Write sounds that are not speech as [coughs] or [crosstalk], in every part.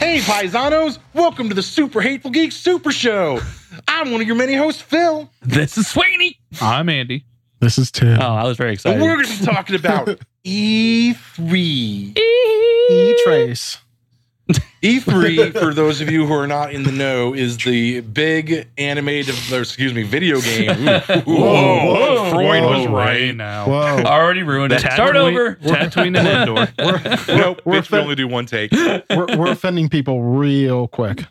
paisanos, welcome to the Super Hateful Geeks Super Show. I'm one of your many hosts, Phil, This is Sweeney. I'm Andy. This is Tim. Oh, I was very and excited. we're going to be talking about E E3. E Trace. E3, E for those of you who are not in the know, is the big animated, or excuse me, video game. Ooh, whoa, Freud whoa. was right. now. [laughs] Whoa. Already ruined it. Start over. Tatooine and Endor. Nope, We're bitch, we fin- only do one take. we're, we're offending people real quick.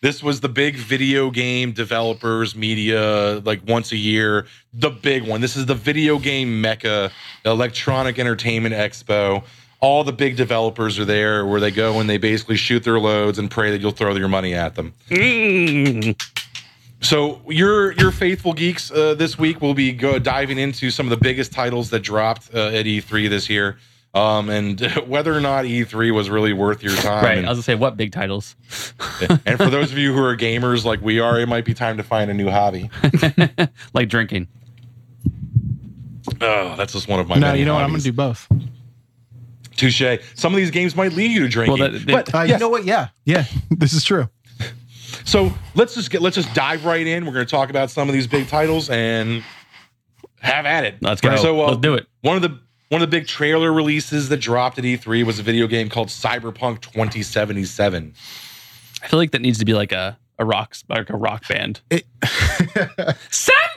This was the big video game developers media, like once a year, the big one. This is the video game mecca, the Electronic Entertainment Expo. All the big developers are there where they go and they basically shoot their loads and pray that you'll throw your money at them. Mm. So your your faithful geeks uh, this week will be go diving into some of the biggest titles that dropped uh, at E3 this year, um, and [laughs] whether or not E3 was really worth your time. [laughs] Right. I And- was gonna say what [laughs] big titles. And, for those of you who are gamers like we are, it might be time to find a new hobby. [laughs] like drinking. Oh, that's just one of my. no, many you know what? I'm going hobbies. to do both. Touche. Some of these games might lead you to drinking. Well, that- but Uh, You yes, know what? Yeah. Yeah. [laughs] This is true. so let's just get let's just dive right in. We're going to talk about some of these big titles and have at it. Let's go. So uh, Let's do it. One of the one of the big trailer releases that dropped at E3 was a video game called Cyberpunk 2077. I feel like that needs to be like a a rock like a rock band. [laughs] It-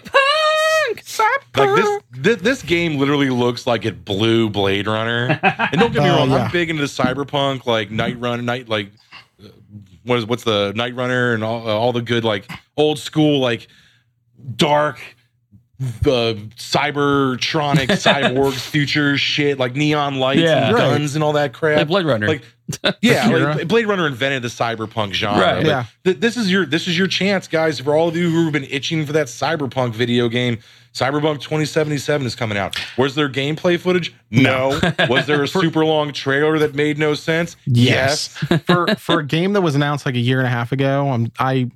Cyberpunk. Like this, this this game literally looks like it blew Blade Runner. And don't get me Oh, wrong, yeah. I'm big into the cyberpunk, like Night Run, Night like uh, what is what's the Night Runner and all, uh, all the good like old school like dark uh, cybertronic cyborgs future shit like neon lights Yeah. and Right. guns and all that crap. Like Blade Runner. Like, yeah, Akira. like Blade Runner invented the cyberpunk genre. Right. but Yeah. th- this is your this is your chance, guys. For all of you who've been itching for that cyberpunk video game, Cyberpunk 2077 is coming out. Was there gameplay footage? No. [laughs] Was there a super long trailer that made no sense? [laughs] for for a game that was announced like a year and a half ago, I'm, I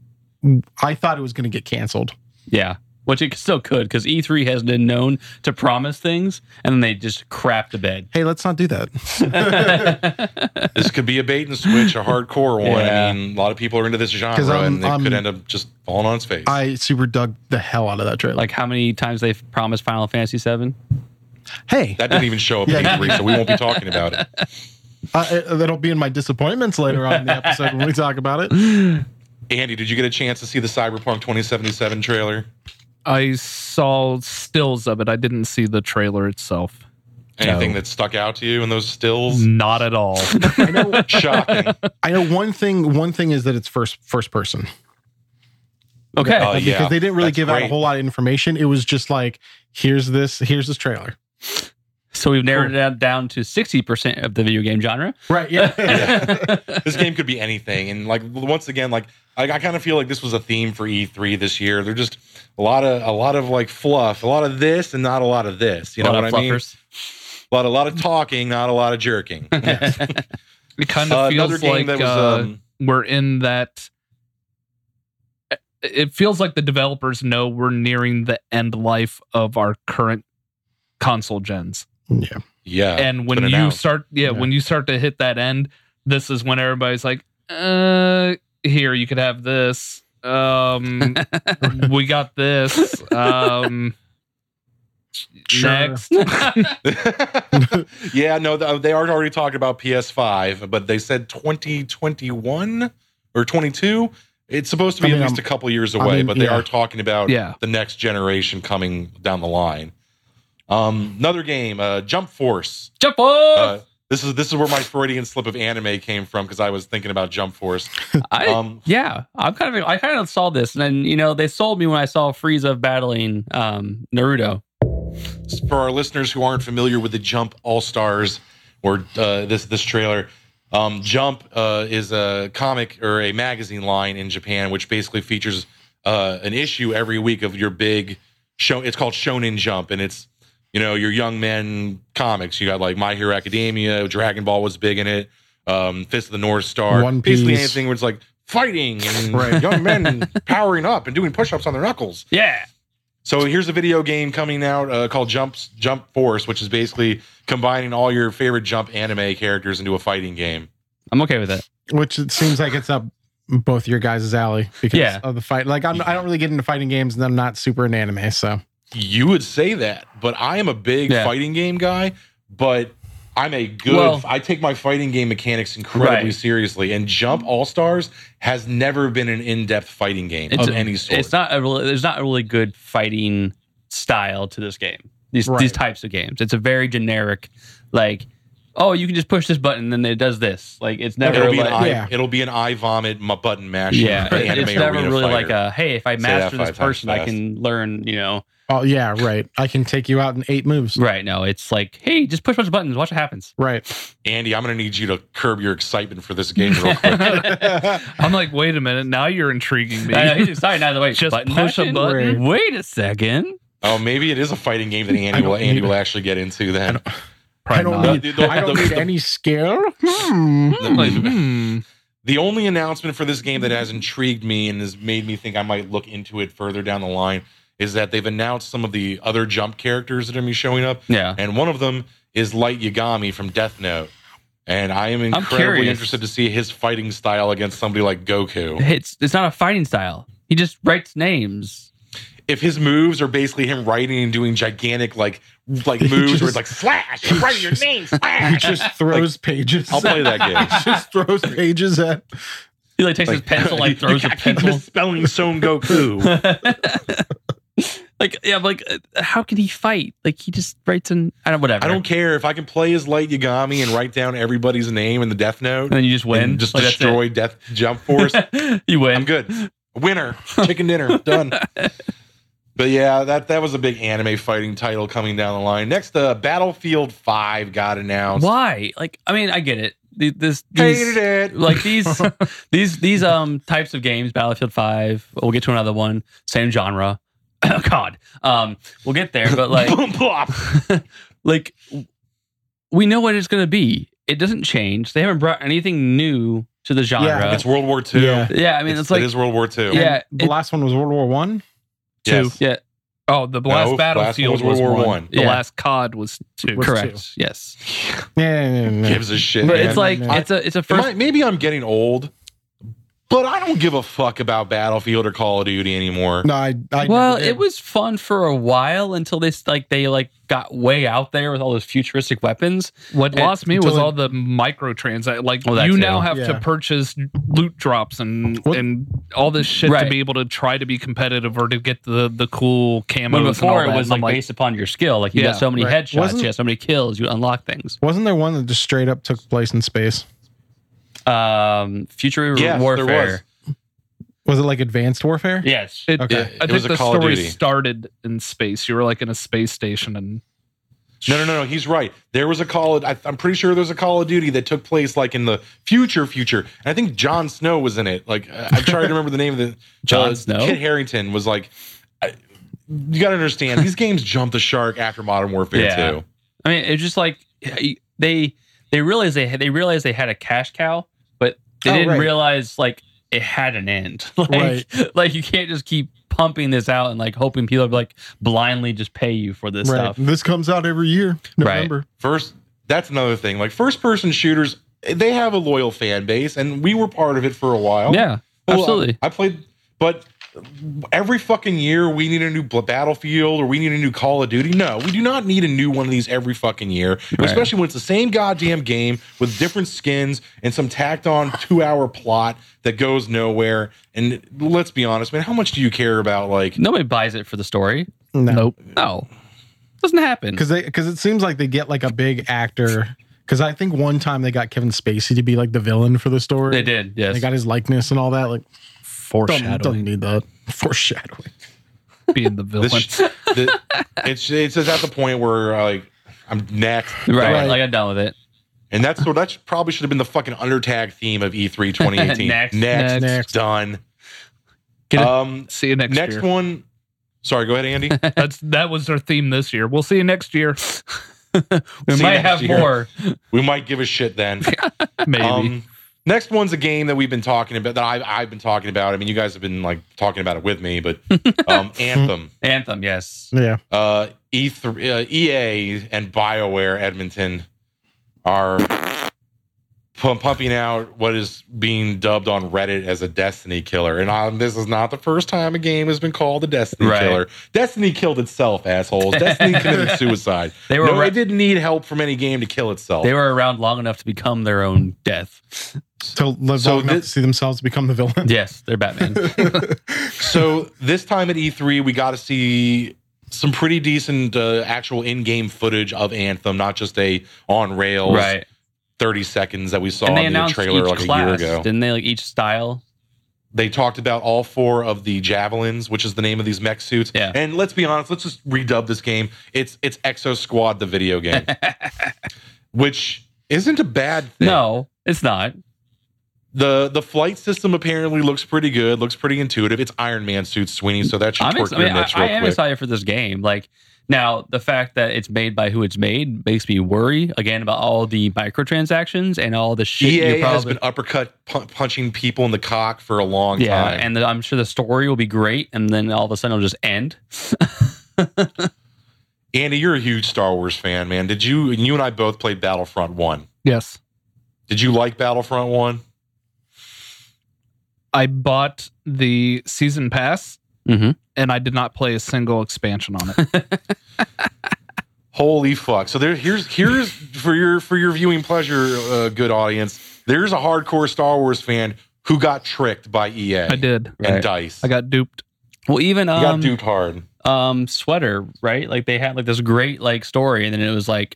I thought it was going to get canceled. yeah. Which it still could because E3 has been known to promise things and then they just crap the bed. Hey, let's not do that. [laughs] This could be a bait and switch, a hardcore one. I Yeah. mean, a lot of people are into this genre, 'Cause I'm- and it could end I'm- up just falling on its face. I super dug the hell out of that trailer. Like how many times they've promised Final Fantasy VII? hey, that didn't even show up in Yeah. E3, so we won't be talking about it. I, I- uh, that'll be in my disappointments later on in the episode when we talk about it. Andy, did you get a chance to see the Cyberpunk 2077 trailer? I saw stills of it. I didn't see the trailer itself. Anything No. that stuck out to you in those stills? Mm. Not at all. I know. [laughs] Shocking. Uh, I know one thing. One thing is that it's first first person. [laughs] Okay. Uh, Oh, Like, yeah. because they didn't really That's give out great. a whole lot of information. It was just like, here's this, here's this trailer. So we've narrowed it out down to 60% of the video [laughs] game genre. Right. [laughs] Yeah. this game could be anything. And like once again, like I, I kind of feel like this was a theme for E3 this year. They're just a lot of a lot of like fluff, a lot of this and not a lot of this. You know A lot what I of mean? fluffers. A lot, a lot of talking, not a lot of [laughs] jerking. It kind Uh, of another feels game that like was uh, um, we're in that. uh, It feels like the developers know we're nearing the end life of our current console gens. yeah. yeah. and when been you announced. start yeah, Yeah. when you start to hit that end this is when everybody's like uh here you could have this um we got this um Sure. next [laughs] yeah, no, th- uh, they are already talking about PS5, but they said 2021 or 22. It's supposed to be at I mean, least I'm- a couple years I away, mean, but they yeah. are talking about Yeah. the next generation coming down the line. Um, another game, uh, Jump Force. Jump off! Uh, this is this is where my Freudian slip of anime came from because I was thinking about Jump Force. I, Um, yeah, I'm kind of I kind of saw this, and then you know they sold me when I saw Frieza battling um, Naruto. for our listeners who aren't familiar with the Jump All Stars or uh, this this trailer, um, Jump uh, is a comic or a magazine line in Japan, which basically features uh, an issue every week of your big show. It's called Shonen Jump, and it's you know your young men comics. You got like My Hero Academia, Dragon Ball was big in it, um, Fist of the North Star, One basically Piece. anything where it's like fighting and [laughs] Right. young men powering up and doing push-ups on their knuckles. Yeah, So here's a video game coming out uh, called Jumps Jump Force, which is basically combining all your favorite Jump anime characters into a fighting game. I'm okay with that. which it seems like it's up both your guys' alley because Yeah. of the fight. Like I'm, I don't really get into fighting games, and I'm not super in anime. So You would say that, but I am a big Yeah. fighting game guy, but I'm a good Well- I take my fighting game mechanics incredibly Right. seriously. And Jump All Stars has never been an in-depth fighting game It's of a- any sort. It's not a really, there's not a really good fighting style to this game. These Right. these types of games. It's a very generic, like, oh, you can just push this button and then it does this. Like it's never it'll be an like, eye, Yeah. it'll be an eye vomit m- button mash. [laughs] [laughs] yeah, it- it's never really like a a hey, if I Say that master this five times person, I fast. can learn. You know, oh yeah, right. I can take you out in eight moves. right? No, it's like hey, just push a bunch of buttons, watch what [laughs] happens. Right. Andy. I'm going to need you to curb your excitement for this game [laughs] real quick. I'm like, wait a minute. Now you're intriguing [laughs] me. I know, Uh, [laughs] he's excited now. Wait, Just button push a mashing? button? Wait a second. oh, maybe it is a fighting game that I Andy don't will Andy need will it. actually get into then. I Probably don't not. need, The- the- I don't the- need the- any skill. Hmm. Like, hmm. The only announcement for this game that has intrigued me and has made me think I might look into it further down the line is that they've announced some of the other Jump characters that are going to be showing up, Yeah, and one of them is Light Yagami from Death Note. And I am incredibly curious. interested to see his fighting style against somebody like Goku. it's it's not a fighting style. He just writes names. if his moves are basically him writing and doing gigantic like [laughs] like moves where it's like slash right in your name He slash. just throws pages. I'll play that [laughs] game. He just throws pages at. He like takes [laughs] his pencil, like throws you a gotta keep pencil. misspelling Son Goku. [laughs] like yeah, I'm like uh, how can he fight? Like he just writes in I don't whatever. I don't care if I can play as Light Yagami and write down everybody's name in the Death Note And then you just win. and just Like, that's destroy Death Jump Force. it. you [laughs] win. I'm good. Winner, chicken [laughs] dinner, done. But yeah, that that was a big anime fighting title coming down the line. Next, uh, Battlefield Five got announced. Why? Like I mean, I get it. The- This Hated these, it. like [laughs] these these these um types of games, Battlefield Five. We'll get to another one, same genre. [coughs] Oh, God, um, we'll get there. But like, [laughs] Boom, plop. like we know what it's gonna be. It doesn't change. They haven't brought anything new to the genre. Yeah, It's World War II. Yeah. Yeah, I mean, it's, it like is World War II. Yeah, The it- last one was World War One. Yes. yeah, Oh, the No, last last one battlefield was was World War one. One. The Yeah. last COD was two. Was correct. two. Yes, Yeah, yeah, yeah, yeah. Gives a shit. but man. it's like I- it's a it's a Am first I- maybe I'm getting old, but I don't give a fuck about Battlefield or Call of Duty anymore. No, I. I well, never did. it was fun for a while until they s- like they like got way out there with all those futuristic weapons. What It- lost me was until it- all the microtrans. Like Well, that you too. now have Yeah. to purchase loot drops and What- and all this shit Right. to be able to try to be competitive or to get the the cool camos. But and all before it that. was And I'm like, based upon your skill, like you Yeah, got so many right. headshots, Wasn't- you got so many kills, you unlock things. Wasn't there one that just straight up took place in space? Um, future Yes, there warfare. Was it like advanced warfare? Yes, [laughs] It, Okay. I It think was a the Call of story Duty. started in space. You were like in a space station, and No, no, no, no. He's right. There was a Call. Of, I, I'm pretty sure there's a Call of Duty that took place like in the future, future. And I think Jon Snow was in it. Like I- I'm trying to remember the name of the [laughs] uh, Jon Snow? Kit Harrington was like. I, you got to understand these games jumped the shark after Modern Warfare Yeah. 2. I mean it's just like they they realized they had, they realized they had a cash cow, but they Oh, didn't right. realize like it had an end. [laughs] Like Right. like you can't just keep pumping this out and like hoping people are like blindly just pay you for this Right. stuff. This comes out every year, Right. November. First, that's another thing. Like first person shooters, they have a loyal fan base, and we were part of it for a while. Yeah, Oh, Well, absolutely. I, I played, but every fucking year we need a new bl- Battlefield or we need a new Call of Duty. No, we do not need a new one of these every fucking year, Right. especially when it's the same goddamn game with different skins and some tacked on two hour plot that goes nowhere. And let's be honest, man, how much do you care about like? Nobody buys it for the story. No. No, doesn't happen. because they because it seems like they get like a big actor. Because I think one time they got Kevin Spacey to be like the villain for the story. They did. Yes. They got his likeness and all that. Like, don't, foreshadowing don't need that [laughs] foreshadowing. [laughs] being the villain. This [laughs] sh- the, it's it's just at the point where uh, like I'm next, right. Right. Like I'm done with it. and that's so that probably should have been the fucking undertag theme of E E3 2018. Next. next, Next. done. Get it- um, see you next, next year. one. Sorry, go ahead, [laughs] Andy. That's that was their theme this year. We'll see you next year. [laughs] We See you might next have year. more. we might give a shit [laughs] then. Maybe. Um, next one's a game that we've been talking about that I've, I've been talking about. I mean, you guys have been like talking about it with me, [laughs] but um, Anthem, Anthem. Yes. Yeah, uh, E E3, uh, EA, and BioWare Edmonton are pu- pumping out what is being dubbed on Reddit as a Destiny killer. And um, this is not the first time a game has been called a Destiny Right. killer. Destiny killed itself, assholes. [laughs] Destiny committed suicide. They were no, re- it didn't need help from any game to kill itself. They were around long enough to become their own death. [laughs] to live So long enough this- to see themselves become the villain. Yes, they're Batman. so this time at E3, we got to see some pretty decent uh, actual in-game footage of Anthem, not just a on rails right. 30 seconds that we saw And they in the announced trailer each like class, a year ago. didn't they? Like each style. they talked about all four of the javelins, which is the name of these mech suits. Yeah. And let's be honest, let's just redub this game. It's it's Exo Squad, the video game, [laughs] which isn't a bad thing. No, it's not. The the flight system apparently looks pretty good, looks pretty intuitive. It's Iron Man suit, Sweeney, so that should I'm torque ex- I, your mean, I, nuts I real am quick. excited for this game. Like now, the fact that it's made by who it's made makes me worry again about all the microtransactions and all the shit EA you E has probably. been uppercut pu- punching people in the cock for a long yeah, time. and the, I'm sure the story will be great, and then all of a sudden it'll just end. [laughs] Andy, you're a huge Star Wars fan, man. Did you? You and I both played Battlefront One. Yes. Did you like Battlefront One? I bought the season pass Mm-hmm. and I did not play a single expansion on it. Holy fuck! So there, here's [laughs] here's for your for your viewing pleasure, uh, good audience. There's a hardcore Star Wars fan who got tricked by EA I did. and Right. Dice. I got duped. uh, Well, even you got um, duped hard. um sweater right, like they had like this great like story, and then it was like,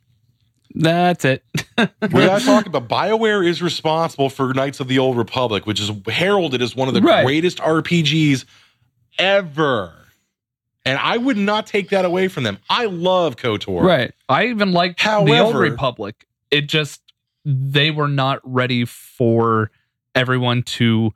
that's it. [laughs] We gotta talk about BioWare is responsible for Knights of the Old Republic, which is heralded as one of the Right. greatest RPGs ever. And I would not take that away from them. I love KOTOR. right. I even liked the old However- Republic. It just they were not ready for everyone to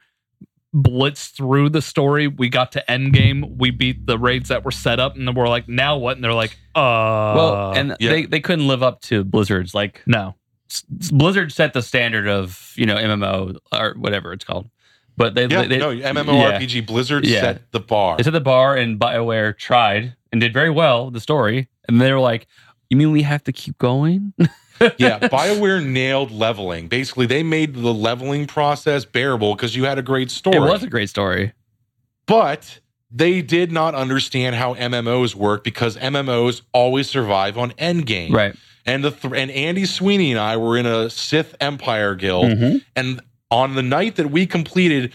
blitz through the story. We got to endgame. We beat the raids that were set up, and then we're like, now what? And they're like, uh, well, and yeah. they they couldn't live up to Blizzard's like no, S- Blizzard set the standard of you know MMO or whatever it's called, but they Yeah, they, no, MMORPG Blizzard Yeah. set the bar. they set the bar and Bioware tried and did very well the story, and they were like, "You mean we have to keep going?" yeah, BioWare nailed leveling. Basically, they made the leveling process bearable because you had a great story. It was a great story, But they did not understand how MMOs work because MMOs always survive on endgame. right? And the th- and Andy Sweeney and I were in a Sith Empire guild, Mm-hmm. Mhm. and on the night that we completed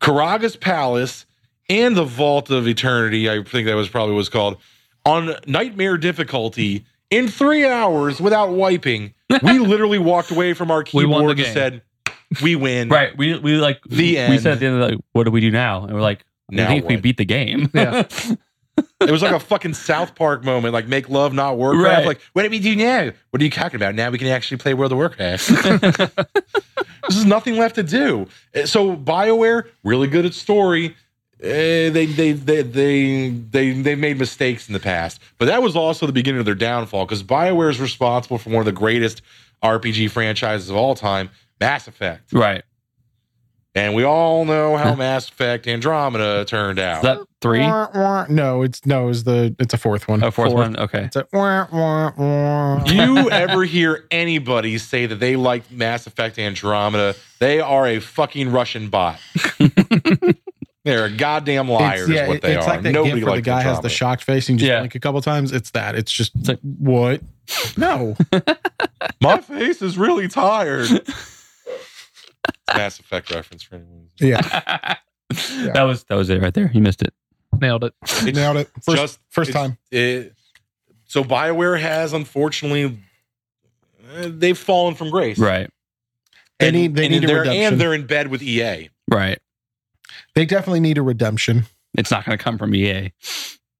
Karaga's Palace and the Vault of Eternity, I think that was probably what it's called, on nightmare difficulty in three hours without wiping, [laughs] we literally walked away from our We won the keyboard and game. said, "We win." Right. We we like The we end. said at the end of the, like, what do we do now? And we're like, I Now think we what? beat the game. Yeah. It was like a fucking South Park moment, like make love, not Warcraft. Right. Like, what do we do now? What are you talking about? Now we can actually play World of Warcraft. this is nothing left to do. Uh, So Bioware, really good at story. Eh, they, they they they they they made mistakes in the past, but that was also the beginning of their downfall because Bioware is responsible for one of the greatest RPG franchises of all time, Mass Effect, [laughs] right. and we all know how Mass Effect Andromeda turned out. Is that [laughs] three? A Wah, wah. [laughs] No, it's no, it's the it's a fourth one. fourth one. Okay. It's a wah, wah, wah. Do you ever hear anybody say that they like Mass Effect Andromeda? They are a fucking Russian [laughs] bot. They're a goddamn liar, It's, yeah, is what they it's are. like that Nobody gif where the likes guy has the Andromeda. shocked face and you just Yeah. blink a couple times. It's that. It's just [laughs] like- what? No, My face is really [laughs] tired. Mass Effect reference for anyone. yeah, That was that was it right there. You missed it. nailed it. It's nailed it. First, just- first it's- time. it- so Bioware has, unfortunately, eh, they've fallen from grace. Right. They And- need- they and need a they're- redemption. And they're in bed with E EA. Right. They definitely need a redemption. It's not going to come from E EA.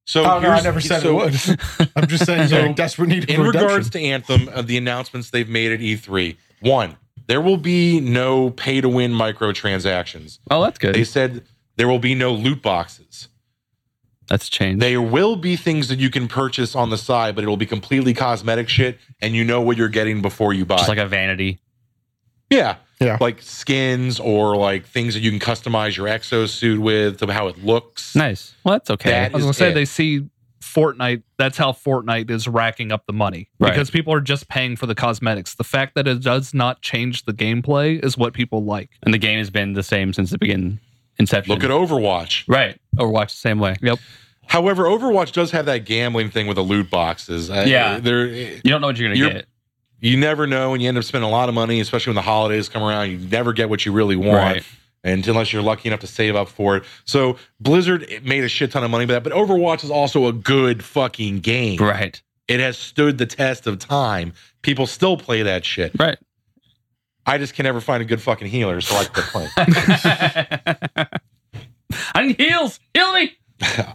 So Oh, no, I here's- never said so- it would. [laughs] I'm just saying So, they're in desperate need of in redemption. regards to Anthem of the announcements they've made at E3, one, there will be no pay to win microtransactions. Oh, that's good. They said there will be no loot boxes. That's a change. There will be things that you can purchase on the side, but it will be completely cosmetic shit, and you know what you're getting before you buy. just like a vanity. yeah. Yeah. Like skins or like things that you can customize your exosuit with to how it looks. Nice. Well, that's okay. That- I was Is gonna say it. they see Fortnite, that's how Fortnite is racking up the money Right. because people are just paying for the cosmetics. The fact that it does not change the gameplay is what people like. and the game has been the same since the begin inception. Look at Overwatch. right Overwatch the same way. Yep. However, Overwatch does have that gambling thing with the loot boxes. Uh, I- Yeah. there You don't know what you're gonna You're- get. you never know, and you end up spending a lot of money, especially when the holidays come around. You never get what you really want. Right. And unless you're lucky enough to save up for it. So Blizzard made a shit ton of money by that, but Overwatch is also a good fucking game. Right. It has stood the test of time. People still play that shit. Right. I just can never find a good fucking healer, so I quit [laughs] playing. I need heals. Heal me.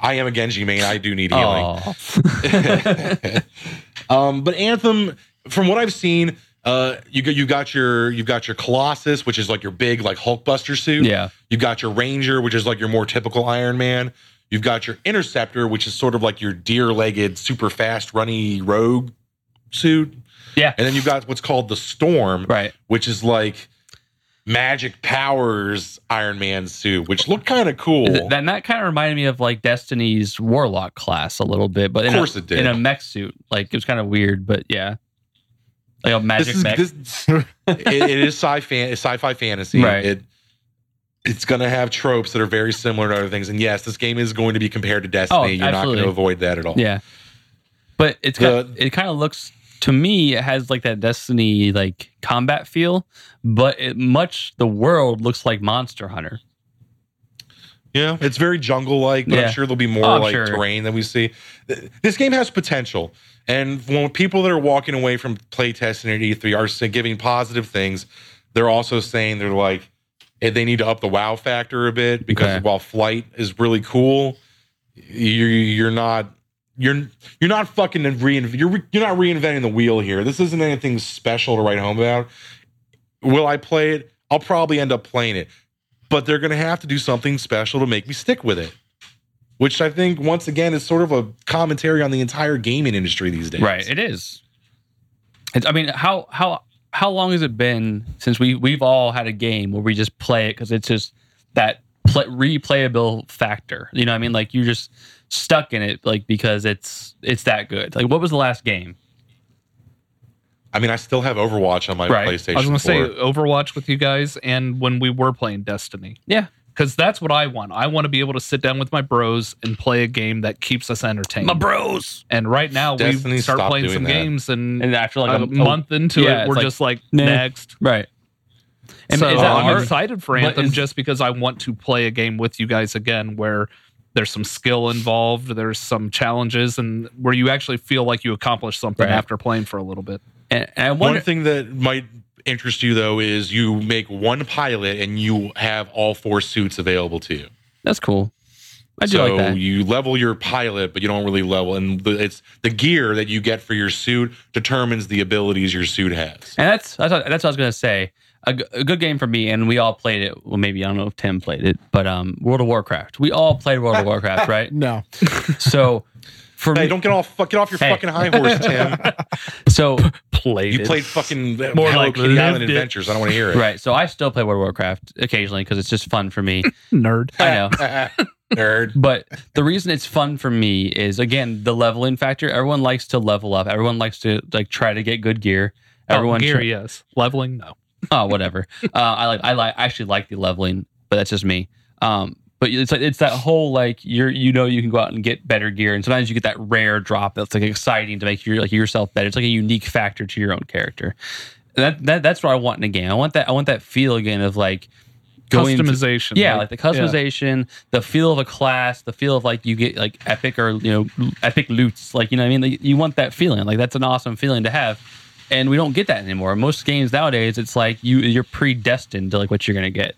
I am a Genji main. I do need healing. Oh. [laughs] um, but Anthem, from what I've seen, uh, you got you got your you've got your Colossus, which is like your big like Hulkbuster suit. [laughs] yeah. You've got your Ranger, which is like your more typical Iron Man. You've got your Interceptor, which is sort of like your deer-legged, super fast, runny rogue suit. [laughs] Yeah. And then you've got what's called the Storm, Right. which is like magic powers Iron Man suit, which looked kind of cool. Th- then that kind of reminded me of like Destiny's Warlock class a little bit, but Of in a, course it did. in a mech suit. Like it was kind of weird, but yeah, like a this magic is mech. this, it, it is sci fan sci-fi fantasy. Right. It it's going to have tropes that are very similar to other things. And yes, this game is going to be compared to Destiny. Oh, You're not going absolutely. to avoid that at all. yeah, but it's The- kind it kind of looks to me it has like that Destiny like combat feel, but it much the world looks like Monster Hunter. Yeah, it's very jungle like, but Yeah. I'm sure there'll be more Oh, I'm like sure. terrain that we see. Th- This game has potential, and when people that are walking away from playtesting at E3 are sa- giving positive things, they're also saying they're like eh, they need to up the wow factor a bit because Okay. while Flight is really cool, you're you're not. You're you're not fucking reinv- you're re- you're not reinventing the wheel here. This isn't anything special to write home about. Will I play it? I'll probably end up playing it but they're going to have to do something special to make me stick with it. Which I think, once again, is sort of a commentary on the entire gaming industry these days. Right, it is. It's, I mean, how how how long has it been since we we've all had a game where we just play it because it's just that play, replayable factor. You know, what I mean, like you're just stuck in it, like because it's it's that good. Like, what was the last game? I mean, I still have Overwatch on my Right. PlayStation. I was going to say 4. Overwatch with you guys and when we were playing Destiny. Yeah, Because that's what I want. I want to be able to sit down with my bros and play a game that keeps us entertained. my bros. and right now Destiny we start stopped playing doing some that. games, and, And after like oh, a, month into yeah, it, it's we're like, just like nah. next. right. And so uh, is that I'm hard? excited for but Anthem is- just because I want to play a game with you guys again where there's some skill involved, there's some challenges, and where you actually feel like you accomplished something Right. after playing for a little bit. And, and I One wonder. thing that might interest you, though, is you make one pilot and you have all four suits available to you. That's cool. I do so like that. you level your pilot, but you don't really level. And the, it's the gear that you get for your suit determines the abilities your suit has. And that's that's what, that's what I was gonna say. A, g- a good game for me, and we all played it. Well, maybe I don't know if Tim played it, but um, World of Warcraft. We all played World of Warcraft, [laughs] right? [laughs] No. So for Hey, me, don't get all fuck, get off your Hey. fucking high horse, Tim. so Played You played fucking More More Hello like Kitty Island lived it. Adventures. I don't want to hear it. [laughs] right. So I still play World of Warcraft occasionally because it's just fun for me. nerd. I know. [laughs] Nerd. But the reason it's fun for me is again the leveling factor. Everyone likes to level up. Everyone likes to like try to get good gear. Everyone Everyone, Oh, gear, try- yes. Leveling, no. [laughs] oh whatever uh, i like i like I actually like the leveling but that's just me um but it's like it's that whole like you're you know you can go out and get better gear and sometimes you get that rare drop that's like exciting to make your like yourself better it's like a unique factor to your own character that, that that's what i want in a game i want that i want that feel again of like going to- Customization. yeah, like the customization, the feel of a class, the feel of like you get like epic or you know l- epic loots. Like you know, what I mean, like, you want that feeling. Like that's an awesome feeling to have, and we don't get that anymore. Most games nowadays, it's like you you're predestined to like what you're gonna get.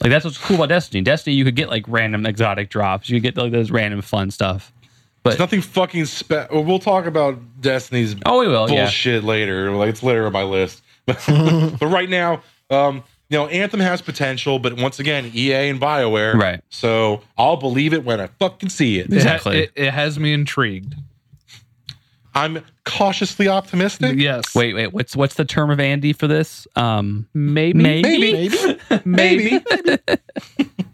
Like that's what's cool about Destiny. Destiny, you could get like random exotic drops. You could get like those random fun stuff. It's nothing fucking spe- well, We'll talk about Destiny's Oh, we will. Yeah. bullshit later. Like it's later on my list. but right now, um, you know, Anthem has potential, but once again, EA and BioWare. Right. So I'll believe it when I fucking see it. It ha- Exactly. It, it has me intrigued. I'm cautiously optimistic. Yes. Wait, wait. What's what's the term of Andy for this? Um, [laughs] Maybe. maybe. Maybe. Maybe.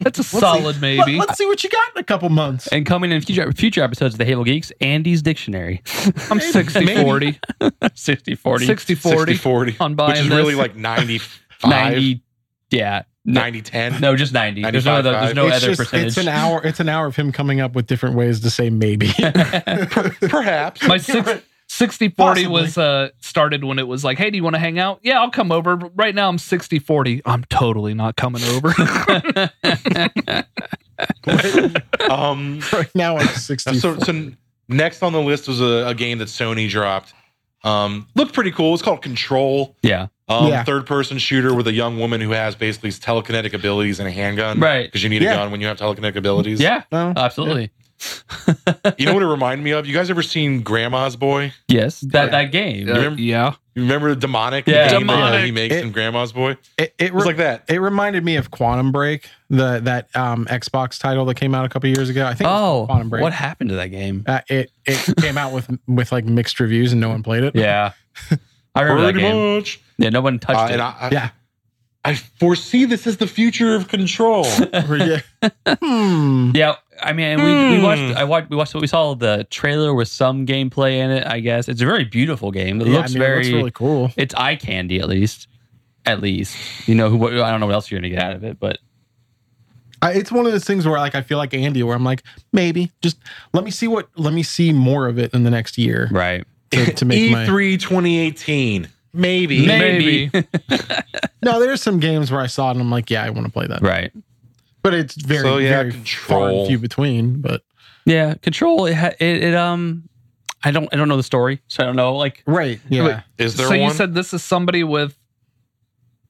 That's a solid maybe. Let, us see what you got in a couple months. And coming in future future episodes of the Halo Geeks, [laughs] Andy's Dictionary. I'm 60 40. 60 40. 60 60 40 40. on buying Which is this. really like [laughs] 95, 90. Yeah. No, 90 10. no, just 90. There's no other, there's no it's other just percentage. it's an hour. It's an hour of him coming up with different ways to [laughs] say maybe. [laughs] Perhaps. [laughs] My six, 60 40 Possibly. was uh, started when it was like, hey, do you want to hang out? Yeah, I'll come over. But Right now I'm 60 40. I'm totally not coming over. um, right now, I'm sixty. so, so next on the list was a, a game that Sony dropped. Um, looked pretty cool. It's called Control. yeah. Um, Yeah. Third person shooter with a young woman who has basically telekinetic abilities and a handgun. Right. Because you need Yeah. a gun when you have telekinetic abilities. Yeah. No. Absolutely. You know what it reminded me of? You guys ever seen Grandma's Boy? Yes. That that [laughs] game. Yeah. remember- yeah. You remember the demonic Yeah. game that, uh, Demonic. he makes It- in Grandma's Boy? It it it, was re- like that. it reminded me of Quantum Break, the that um, Xbox title that came out a couple years ago. I think. it was Oh, Quantum Break. what happened to that game? Uh, it it [laughs] came out with with like mixed reviews and no one played it. Yeah. I remember that Pretty game. much. Yeah, no one touched Uh, it. and I, I, Yeah. I foresee this is the future of control. Yeah. [laughs] hmm. Yeah, I mean, and we, we Hmm. watched. I watched. We watched. We saw the trailer with some gameplay in it. I guess it's a very beautiful game. It Yeah, looks I mean, very. It looks really cool. It's eye candy, at least. At least you know who. what- I don't know what else you're gonna get out of it, but I, it's one of those things where like I feel like Andy, where I'm like, maybe just let me see what let me see more of it in the next year right. E to, to make my. E3 2018. Maybe. Maybe. No, there's some games where I saw it and I'm like, yeah, I want to play that, right. but it's very So, yeah, very far Control. and few between. But Yeah, control. It, ha- it. It. Um. I don't. I don't know the story, so I don't know. Like. right, yeah, Wait. Is there So one? you said this is somebody with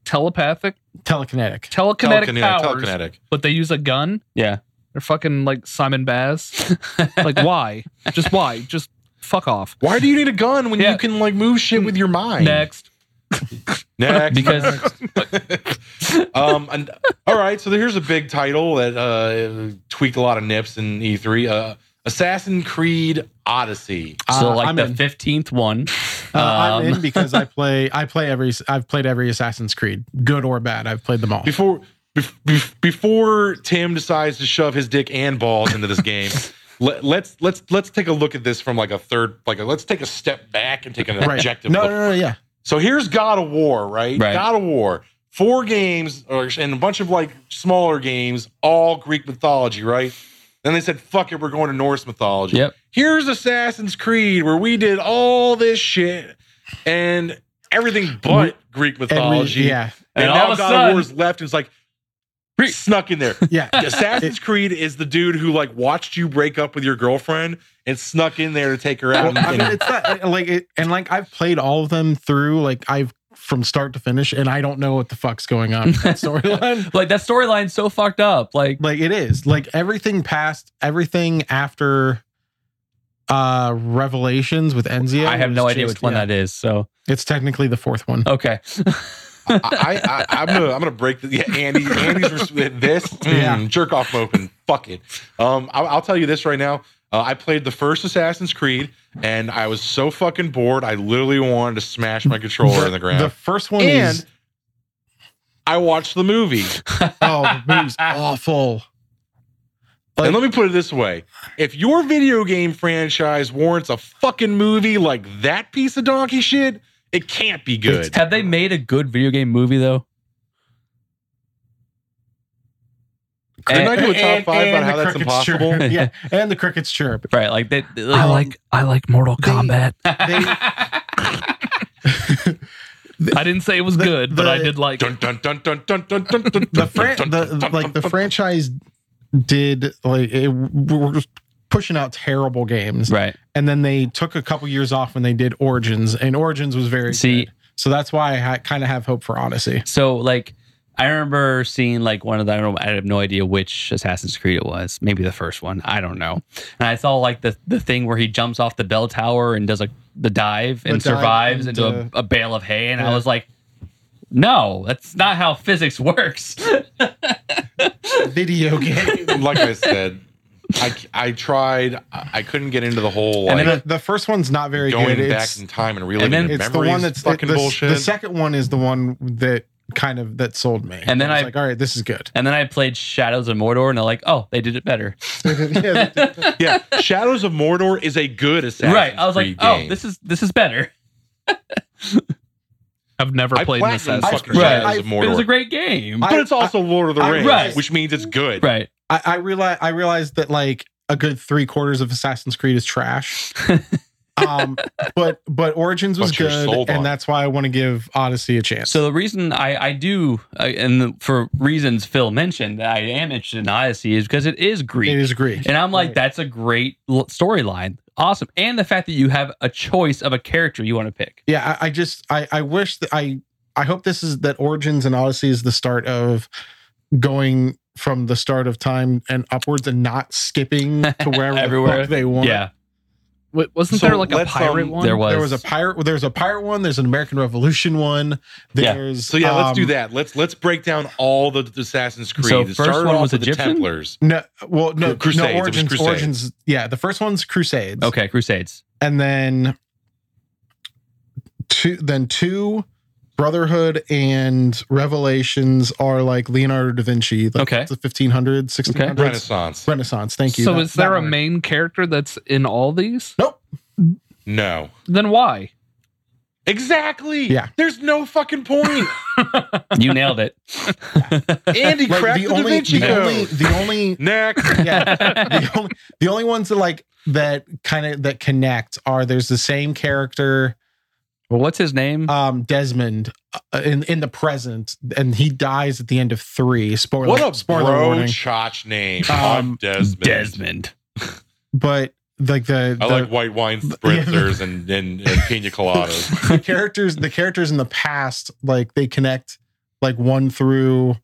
telepathic, telekinetic. telekinetic, powers, telekinetic. but they use a gun? Yeah. They're fucking like [laughs] Simon Baz. like, why? Just why? Just fuck off. Why do you need a gun when Yeah. you can like move shit with your mind? Next. Next. [laughs] Because um, and, all right. So here's a big title that uh, tweaked a lot of nips in E3. Uh, Assassin Creed Odyssey. so Uh, like I'm the in. fifteenth one. Uh, I'm Um, in because I play I play every I've played every Assassin's Creed, good or bad. I've played them all. Before bef- bef- before Tim decides to shove his dick and balls into this [laughs] game. Let, let's let's let's take a look at this from like a third like a, let's take a step back and take an Right. objective No, look no, no, yeah. So here's God of War, right? Right. God of War. Four games or, and a bunch of like smaller games, all Greek mythology, right? Then they said, fuck it, we're going to Norse mythology. Yep. Here's Assassin's Creed, where we did all this shit and everything but Greek And we- mythology. yeah, And, And now all of a God sudden- of War is left and it's like Greek. snuck in [laughs] there. yeah. Assassin's Creed is the dude who like watched you break up with your girlfriend and snuck in there to take her out. Well, I and- mean, and- it's not uh, like it, and like I've played all of them through, like I've from start to finish, and I don't know what the fuck's going [laughs] on with that storyline. Like that storyline's so fucked up. Like. like it is like everything past everything after uh revelations with Enzio. I have was no idea just- which one yeah. that is. So It's technically the fourth one. okay, I, I, I'm gonna I'm gonna break the yeah, Andy Andy's res- [laughs] this Yeah. mm, jerk off open fuck it. Um, I, I'll tell you this right now. Uh, I played the first Assassin's Creed and I was so fucking bored. I literally wanted to smash my controller in the ground. first one And- is I watched the movie. oh, the movie's awful. and let me put it this way: if your video game franchise warrants a fucking movie like that piece of donkey shit, it can't be good. [laughs] have they made a good video game movie though? Couldn't Eh, I do a top And- five and about how the that's crickets chirp. impossible? yeah, [laughs] and the crickets chirp. Right, like they, they- I like, like I like Mortal they- Kombat. [laughs] They, I didn't say it was the- good, but I the- did like it. Dun, dun, dun, dun, dun, dun, dun, dun, the, dun, fran- dun, the, dun, dun, like the dun, franchise did like it, we were just pushing out terrible games [laughs] right. and then they took a couple years off when they did origins and origins was very See- good. so that's why i ha- kind of have hope [laughs] for odyssey So like I remember seeing like one of the I don't know, I have no idea which Assassin's Creed it was, maybe the first one, I don't know. And I saw like the the thing where he jumps off the bell tower and does like the dive and The dive survives and, into uh, a, a bale of hay, and I yeah. was like. No, that's not how physics [laughs] works. video game [laughs] like I said, I, I tried. I I couldn't get into the whole And like the, the first one's not very going good back it's, in time and reliving and then the it's memories. the one that's fucking the, bullshit. the second one is the one that kind of that sold me. And then was I- like, all right, this is [laughs] good. [laughs] And then I played Shadows of Mordor, and they're like, "Oh, they did it better." yeah, yeah, [laughs] Shadows of Mordor is a good Assassin's right? I was like, Creed "Oh, game. this is this is better." [laughs] I've never I played this platinum as fucking Right. Shadows of It was Mordor, a great game, but it's also Lord of the I- Rings, Right. which means it's good. right? I, I realize I realized that like a good three quarters of Assassin's Creed [laughs] is trash. um, but but Origins was But you're good, sold and on it. that's why I want to give Odyssey a chance. So the reason I I do, I, and the, for reasons Phil mentioned, that I am interested in Odyssey is because it is Greek, it is Greek. and I'm like, Right. "That's a great l- storyline, awesome." And the fact that you have a choice of a character you want to pick. yeah, I, I just I I wish that I I hope this is that Origins and Odyssey is the start of going from the start of time and upwards and not [laughs] skipping to wherever Everywhere. the fuck they want. Yeah, Wa- wasn't So there like a let's, pirate um, one? there was. There was a pirate. There's a pirate one. There's an American Revolution one. Yeah. There's So yeah, let's do um, that. Let's let's break down all the, the Assassin's Creed. So It first started one off was with the Egyptian? Templars. No, well, no, Crusades, it no was origins. Crusade. Origins. Yeah, the first one's Crusades. okay, Crusades. and then two. Then two. Brotherhood and Revelations are like Leonardo da Vinci. Like Okay. the 1500s, 1600s, Renaissance. Renaissance. Thank you. So That- is there that a word. main character that's in all these? Nope. No. Then why? Exactly. Yeah. There's no fucking [laughs] point. You nailed it. [laughs] Andy Like, cracked the, the, Da only, Vinci the Code. only, the only, Next. [laughs] yeah, the only, the only ones that like that kind of that connect are there's the same character. well, what's his name? um Desmond uh, in in the present, and he dies at the end of three. Spoiler, What a spoiler bro warning. chotch name. Um, I'm Desmond. Desmond. But like the, I the- like white [laughs] wine spritzers and, and, and pina coladas. the characters, the characters in the past, like they connect like one through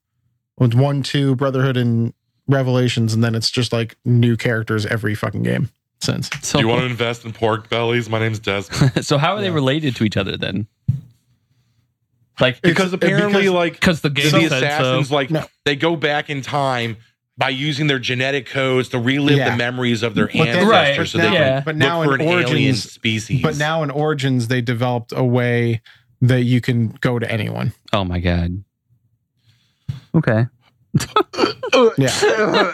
with one, two, Brotherhood and Revelations, and then it's just like new characters every fucking game since. So, Do you want to invest in pork bellies? My name's Desmond. [laughs] so how are they Yeah. related to each other then? Like, It's- Because apparently, because- like Because the game the said assassins, so. like No. they go back in time by using their genetic codes to relive Yeah. the memories of their then- ancestors, Right, so but they now, can yeah. but now look for in an alien Origins, species. but now in Origins, they developed a way that you can go to anyone. oh my god. Okay. [laughs] Yeah.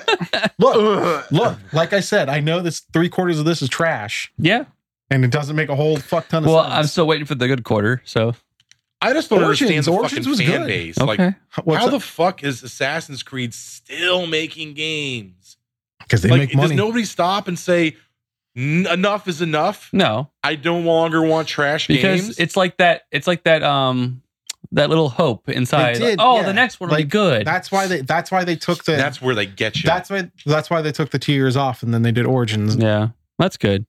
look, look, like I said, I know this three quarters of this is trash. Yeah. and it doesn't make a whole fuck ton of Well, I'm sense. still waiting for the good quarter. So I just don't Origins- understand the Origins fucking was fan good. base. okay. Like, I'm What's how the fuck is Assassin's Creed still making games? because they like, make money. does nobody stop and say "N- enough is enough? no, I no longer want trash because games. it's like that. It's like that. Um, that little hope inside. They did, oh, yeah. the next one will be Like, good. that's why they. That's why they took the. That's, that's where they get you. why. That's why they took the two years off, and then they did Origins. Yeah, that's good.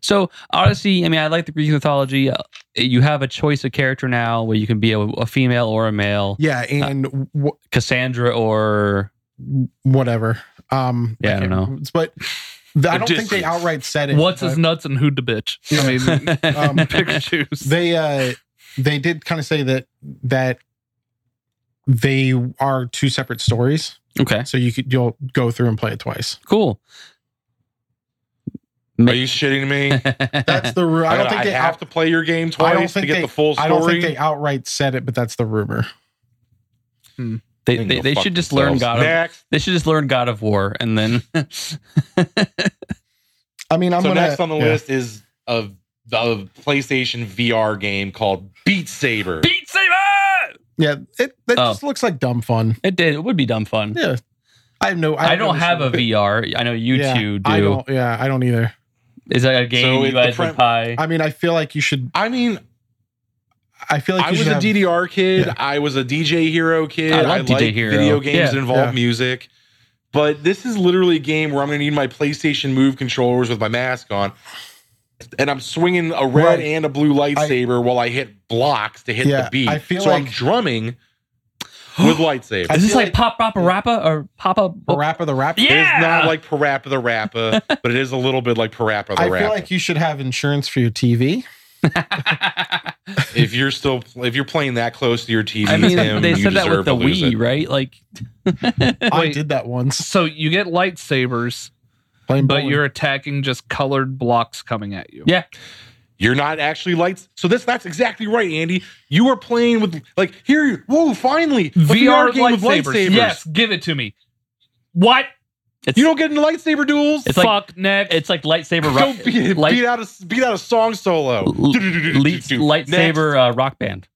So Odyssey, I mean, I like the Greek mythology. Uh, You have a choice of character now, where you can be a, a female or a male, Yeah, and w- Cassandra or whatever. Um, Yeah, I don't can't- but th- I don't think they Odysseus. outright said it. What's but, his nuts and who the bitch? I [laughs] [laughs] mean, Um, pick and choose. they uh, they did kind of say that that they are two separate stories, okay, so you could you'll go through and play it twice. cool. Are you shitting [laughs] me? That's the. ru- I don't think they have out- to play your game I don't twice to think get they- the full story. I don't think they outright said it, but that's the rumor. they can they, go they fuck should just themselves. learn God. Of, Next. they should just learn God of War, and then [laughs] I mean, I'm so gonna, next on the yeah. list is a, a PlayStation VR game called Beat Saber. Beat Saber. Yeah, it that Oh. just looks like dumb fun. It did. It would be dumb fun. Yeah, I have no. I don't have a V. VR. I know you yeah, two I do. don't. Yeah, I don't either. Is that a game So you it- the guys prim- would buy? I mean, I feel like you should. I mean, I feel like I you was should a have- DDR kid. Yeah. I was a DJ Hero kid. I I like like, DJ Hero. video games that Yeah. involve Yeah. music. But this is literally a game where I'm going to need my PlayStation Move controllers with my mask on. And I'm swinging a red Right. and a blue lightsaber while I hit blocks to hit Yeah, the beat. I feel so I'm like- drumming with lightsaber. [gasps] I Is this feel like, like- Pop Rappa Rappa or Papa? a rapper the rapper. Yeah. It's not like Parappa the [laughs] Rappa, but it is a little bit like Parappa the I Rappa. feel like you should have insurance for [laughs] your TV. if you're still if you're playing that close to your TV, I mean, Tim, they you said that deserve with the to lose Wii, it. right? Like, I Wait. did that once. so you get lightsabers, Playing but bowling. you're attacking just colored blocks coming at you. Yeah. You're not actually lights. So this that's exactly right, Andy. You are playing with like here. Whoa, finally a VR, lightsabers. Yes, Yes, give it to me. What? you don't get into lightsaber duels. It's Fuck like- next. It's like lightsaber Go rock, beat, light- beat out a beat out a song solo. L- Next. lightsaber uh, rock band.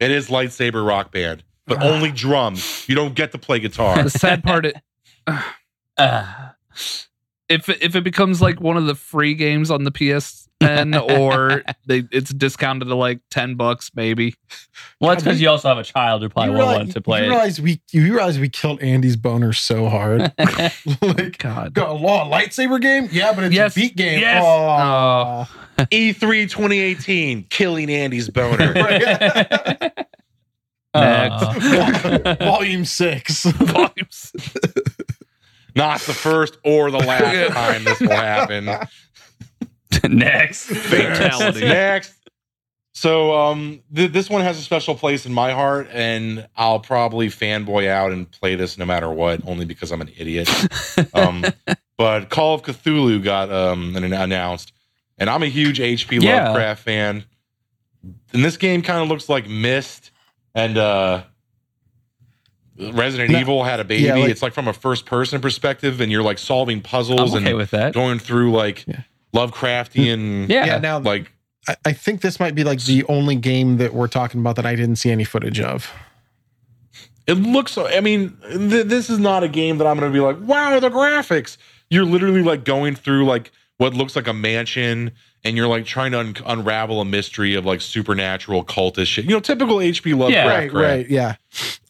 It is lightsaber rock band, Ah. but only drums. You don't get to play guitar. [laughs] [laughs] the sad part. It, Uh, if it- if it becomes like one of the free games on the PSN, or they it's discounted to like ten bucks, maybe. well, that's God, because you also have a child who probably You will realize- want to play. You it. realize we you realize we killed Andy's boner [laughs] so hard. like God. got a law lightsaber game? Yeah, but it's Yes. a beat game. Yes. Aw. Oh. E3 2018, killing Andy's boner. [laughs] Right. Uh, [laughs] Volume six. Oh, [laughs] Volumes. Not the first or the last time this will happen. [laughs] next. Fatality. Next. So um, th- this one has a special place in my heart, and I'll probably fanboy out and play this no matter what, only because I'm an idiot. [laughs] Um, but Call of Cthulhu got um, an- announced, and I'm a huge H.P. Yeah. Lovecraft fan. And this game kind of looks like Mist and uh, Resident No. Evil had a baby. Yeah, like- it's like from a first-person perspective, and you're like solving puzzles I'm okay and with that. going through like Yeah. Lovecraftian, Yeah. yeah, now like I, I think this might be like the only game that we're talking about that I didn't see any footage of. It looks. I mean, th- this is not a game that I'm going to be like, wow, the graphics. You're literally like going through like what looks like a mansion, and you're like trying to un- unravel a mystery of like supernatural cultist shit. You know, typical H.P. Lovecraft. Yeah. crap. right, right, yeah.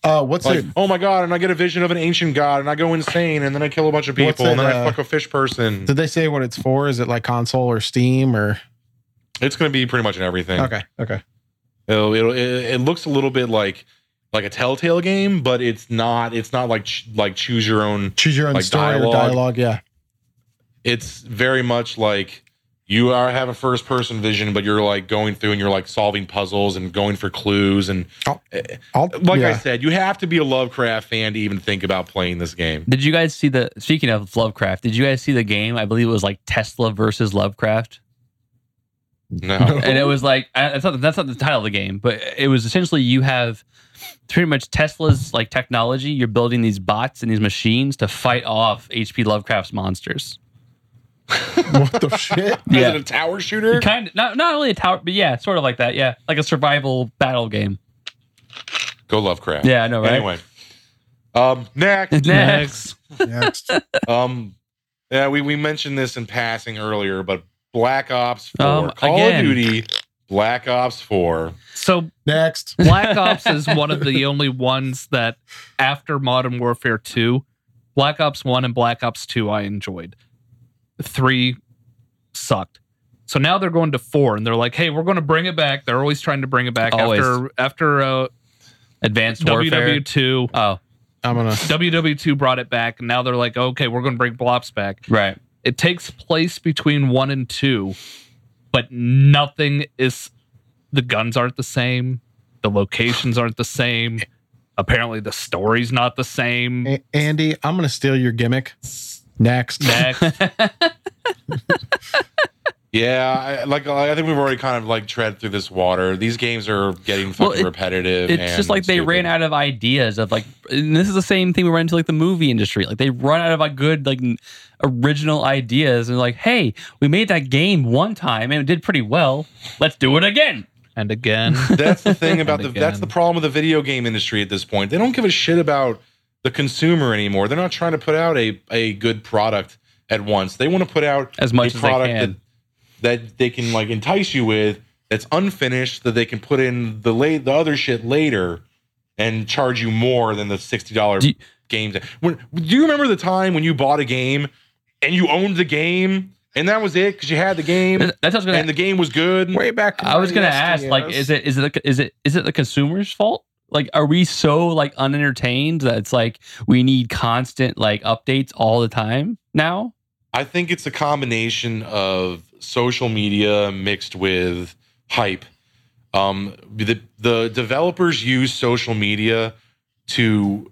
Uh, what's Like, it? oh my god, and I get a vision of an ancient god, and I go insane, and then I kill a bunch of What's people, and that, then I uh, fuck a fish person. Did they say what it's for? Is it like console or Steam or? it's going to be pretty much in everything. Okay, okay. It'll, it'll, it, it looks a little bit like like a Telltale game, but it's not. It's not like ch- like choose your own Choose your own Like story or dialogue. dialogue. Yeah, it's very much like you are have a first person vision, but you're like going through and you're like solving puzzles and going for clues and I'll, like I yeah. said, you have to be a Lovecraft fan to even think about playing this game. [laughs] Did you guys see the? Speaking of Lovecraft, did you guys see the game? I believe it was like Tesla versus Lovecraft, No, No. and it was like I- that's not that's not the title of the game, but it was essentially you have pretty much Tesla's like technology. You're building these bots and these machines to fight off H.P. Lovecraft's monsters. what the shit? is Yeah. it a tower shooter? Kind of not not really a tower, but yeah, sort of like that. Yeah, like a survival battle game. Go Lovecraft. Yeah, I know, right? Anyway, um, next, [laughs] Next. Next. um, yeah, we we mentioned this in passing earlier, but Black Ops Four, Um, Call again. of Duty, Black Ops Four. So Next. Black Ops is one [laughs] of the only ones that after Modern Warfare 2, Black Ops 1 and Black Ops 2 I enjoyed. 3 sucked. So now they're going to 4 and they're like, "Hey, we're going to bring it back." They're always trying to bring it back Always. after after uh, Advanced Warfare. WW2. oh, I'm gonna. WW2 brought it back and now they're like, "Okay, we're going to bring Blops back." right. It takes place between 1 and 2, but nothing is the guns aren't the same, the locations aren't the same. Apparently, the story's not [laughs] the same. A- Andy, I'm gonna steal your gimmick. Next. Next, Yeah, I, like I think we've already kind of like tread through this water. These games are getting fucking Well, it- repetitive. it's and just like they stupid. ran out of ideas of like and this is the same thing we run into like the movie industry like they run out of like good like n- original ideas and like hey we made that game one time and it did pretty well let's do it again and again, that's the [laughs] thing about the And that's the again. problem with the video game industry at this point. They don't give a shit about the consumer anymore. They're not trying to put out a a good product at once. They want to put out as much a as they product can that that they can like entice you with that's unfinished that they can put in the late the other shit later and charge you more than the sixty dollar Do you- games. When do you remember the time when you bought a game and you owned the game and that was it because you had the game That's- that's what I was gonna and the game was good. Way back. in I was the gonna SD ask like years. is it is it the, is it is it the consumer's fault like are we so like unentertained that it's like we need constant like updates all the time now I think it's a combination of social media mixed with hype. Um, the the developers use social media to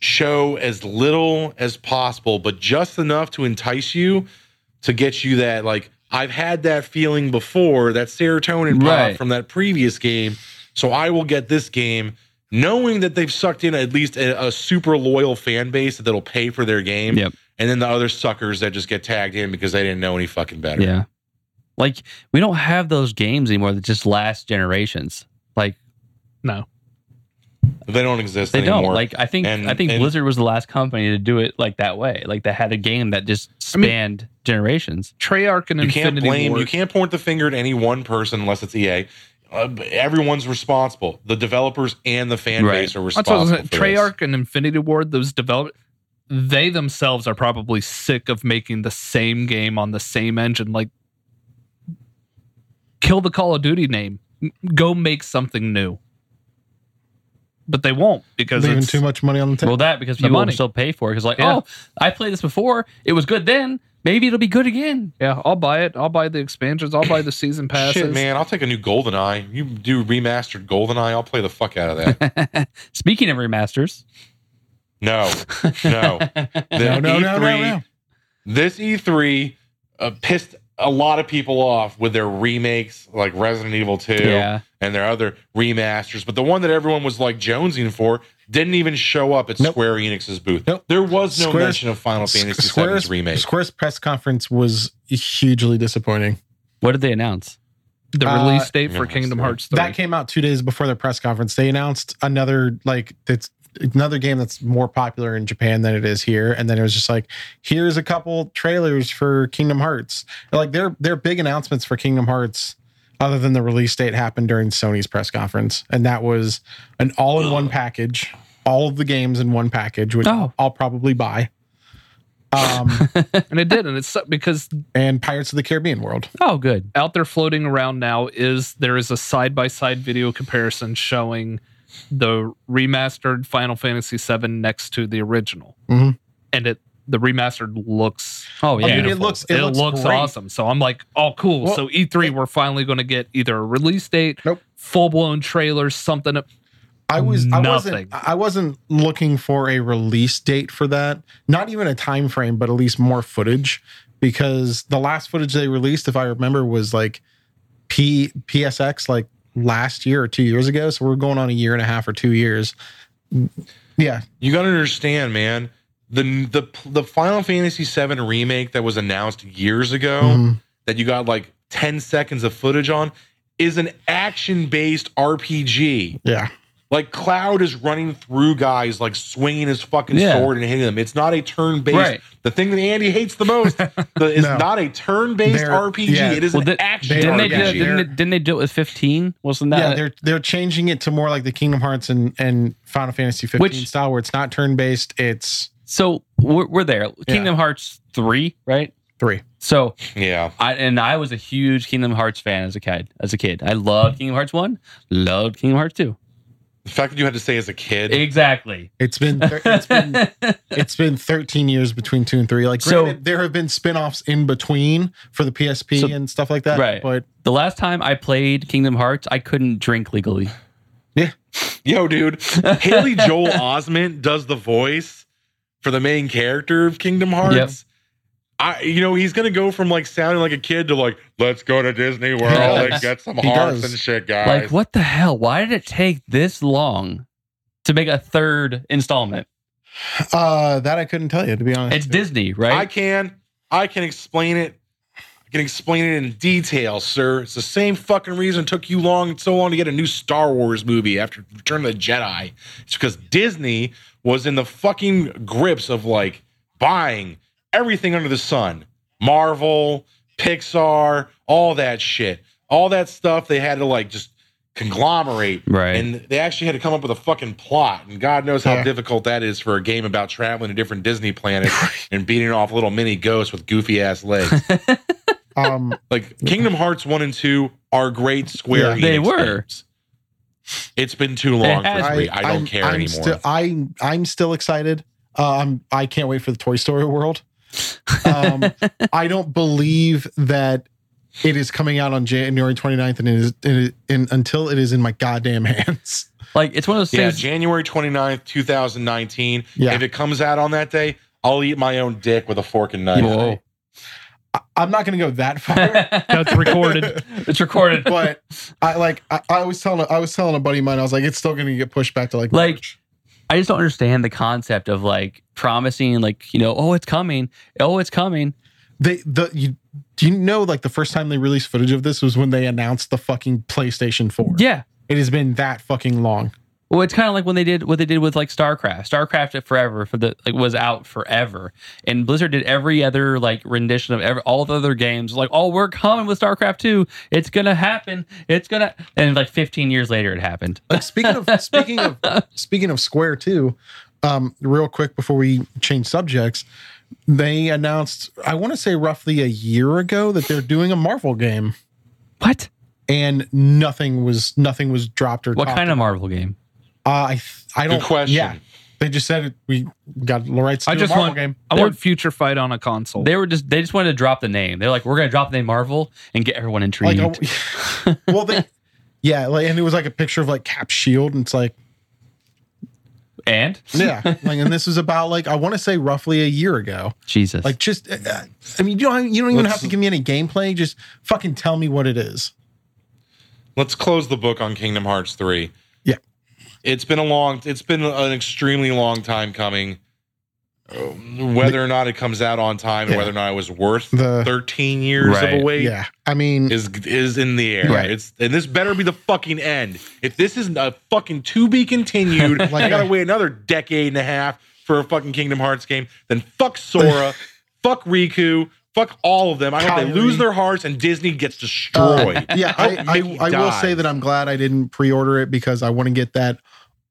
show as little as possible, but just enough to entice you to get you that like, I've had that feeling before, that serotonin pop Right. from that previous game. So I will get this game knowing that they've sucked in at least a, a super loyal fan base that'll pay for their game. Yep. And then the other suckers that just get tagged in because they didn't know any fucking better. Yeah. Like we don't have those games anymore that just last generations. Like No. They don't exist they anymore. don't. Like I think And- I think and- Blizzard was the last company to do it like that way. Like that had a game that just I mean- spanned generations. Treyarch and you Infinity can't blame, Ward. you can't point the finger at any one person unless it's EA. Uh, but everyone's responsible. The developers and the fan Right. base are That's what I responsible. was saying. for this. Treyarch and Infinity Ward, those develop they themselves are probably sick of making the same game on the same engine. Like, kill the Call of Duty name, M- go make something new. But they won't because leaving it's too much money on the table. Well, that because The people will money. still pay for it. Because like, Yeah. oh, I played this before. It was good then. Maybe it'll be good again. Yeah, I'll buy it. I'll buy the expansions. I'll buy [coughs] the season passes. Shit, man, I'll take a new GoldenEye. You do remastered GoldenEye, I'll play the fuck out of that. [laughs] Speaking of remasters, [laughs] no, no. The no, no, no, no, E3 no. This E3 uh, pissed a lot of people off with their remakes, like Resident Evil 2 yeah, and their other remasters. But the one that everyone was like jonesing for didn't even show up at Nope. Square Enix's booth. Nope. There was no Square's- mention of Final Fantasy Square's, VII's remake. Square's press conference was hugely disappointing. what did they announce? the Uh, release date for yeah, Kingdom sorry. Hearts 3. That came out two days before their press conference. They announced another like that's another game that's more popular in Japan than it is here. And then it was just like, here's a couple trailers for Kingdom Hearts. Like their their big announcements for Kingdom Hearts, other than the release date, happened during Sony's press conference, and that was an all in one package, all of the games in one package, which Oh. I'll probably buy. Um, and it did. And it's because and Pirates of the Caribbean World. Oh, good. out there floating around now is there is a side by side video comparison showing the remastered Final Fantasy VII next to the original, Mhm. and it the remastered looks Oh yeah. I mean, it beautiful. looks- it looks great. awesome. So I'm like, oh cool. Well, so E3 we're finally going to get either a release date, Nope. full blown trailer, something. I was I wasn't Nothing. I wasn't looking for a release date for that. Not even a time frame, but at least more footage because the last footage they released if I remember was like P PSX like last year or 2 years ago, so we're going on a year and a half or 2 years. Yeah, You got to understand, man. The the the Final Fantasy VII remake that was announced years ago Mhm. that you got like 10 seconds of footage on is an action-based RPG. yeah. Like Cloud is running through guys like swinging his fucking Yeah. sword and hitting them. It's not a turn-based. Right. The thing that Andy hates the most the, is [laughs] No. not a turn-based They're- RPG. yeah. It is Well, an they- action they- Didn't they, RPG. do, Yeah, didn't, they, didn't they do it with 15? Wasn't yeah, that? they're they're changing it to more like the Kingdom Hearts and and Final Fantasy 15 Which- style where it's not turn-based, it's so we're, we're there. Kingdom Hearts 3, right? 3. So yeah. I and I was a huge Kingdom Hearts fan as a kid. As a kid, I loved Kingdom Hearts 1, loved Kingdom Hearts 2. The fact that you had to say as a kid. Exactly. It's been thir- it's been [laughs] it's been 13 years between two and three. Like, So- granted, there have been spin-offs in between for the PSP So- and stuff like that. Right. But The last time I played Kingdom Hearts, I couldn't drink legally. Yo, dude, Haley Joel Osment does the voice for the main character of Kingdom Hearts. I, you know, he's gonna go from like sounding like a kid to like, let's go to Disney World and does. get some He hearts does. and shit, guys. Like, what the hell? Why did it take this long to make a third installment? uh that I couldn't tell you to be honest. It's Disney, I right? can, I can explain it. I can explain it in detail, sir. It's the same fucking reason it took you long, so long to get a new Star Wars movie after Return of the Jedi. It's because Disney was in the fucking grips of like buying everything under the sun Marvel, Pixar, all that shit. All that stuff they had to like just conglomerate. Right. And they actually had to come up with a fucking plot. And God knows how Yeah. difficult that is for a game about traveling to different Disney planets [laughs] and beating off little mini ghosts with goofy ass legs. [laughs] um Like Kingdom Hearts one and two are great Square. Yeah, they Enix were. games. It's been too long It for has three. I, don't I'm- care I'm anymore. Still, I I'm still excited. Um I can't wait for the Toy Story world. [laughs] Um I don't believe that it is coming out on January 29th and it is it is- and until it is in my goddamn hands. like, it's one of those yeah, things. January 29th, 2019. Yeah. If it comes out on that day, I'll eat my own dick with a fork and knife. Whoa. I, I'm not going to go [laughs] that far. That's [laughs] recorded. it's recorded. but I like I, I was telling I was telling a buddy of mine I was like it's still going to get pushed back to like Like, I just don't understand the concept of like promising, like you know, oh, it's coming, oh, it's coming. they the you do you know like the first time they released footage of this was when they announced the fucking PlayStation 4. Yeah. It has been that fucking long. Well, it's kind of like when they did what they did with like StarCraft. StarCraft forever for the like was out forever, and Blizzard did every other like rendition of every all the other games. Like, oh, we're coming with StarCraft two. It's gonna happen. It's gonna. And like 15 years later, it happened. Like speaking of [laughs] speaking of speaking of Square too, um, real quick before we change subjects, they announced I want to say roughly a year ago that they're doing a Marvel game, What? and nothing was nothing was dropped or What talked kind of Marvel game? Uh, I th- I don't Good question. Yeah, they just said it, we got the rights to I do a just Marvel want game. I want Future Fight on a console. They were just they just wanted to drop the name. They're like, we're gonna drop the name Marvel and get everyone Like, intrigued. [laughs] a- [laughs] well, they yeah, like, and it was like a picture of like Cap Shield, and it's like and [laughs] yeah, like, and this was about like I want to say roughly a year ago. Jesus, Like just, uh, uh, I mean, you don't you don't even Let's- have to give me any gameplay. Just fucking tell me what it is. Let's close the book on Kingdom Hearts 3. Yeah. It's been a long it's been an extremely long time coming. Uh, Whether or not it comes out on time and Yeah. whether or not it was worth The- 13 years of Right. a wait Yeah, I mean, is is in the air. Right. It's and this better be the fucking end. If this isn't a fucking to be [laughs] continued, I gotta I- wait another decade and a half for a fucking Kingdom Hearts game. Then fuck [laughs] Sora, fuck Riku, fuck all of them. I hope they Kyrie. lose their hearts and Disney gets destroyed. [laughs] Uh, yeah, I, hope Mickey I, I will say dies. that I'm glad I didn't pre-order it because I want to get that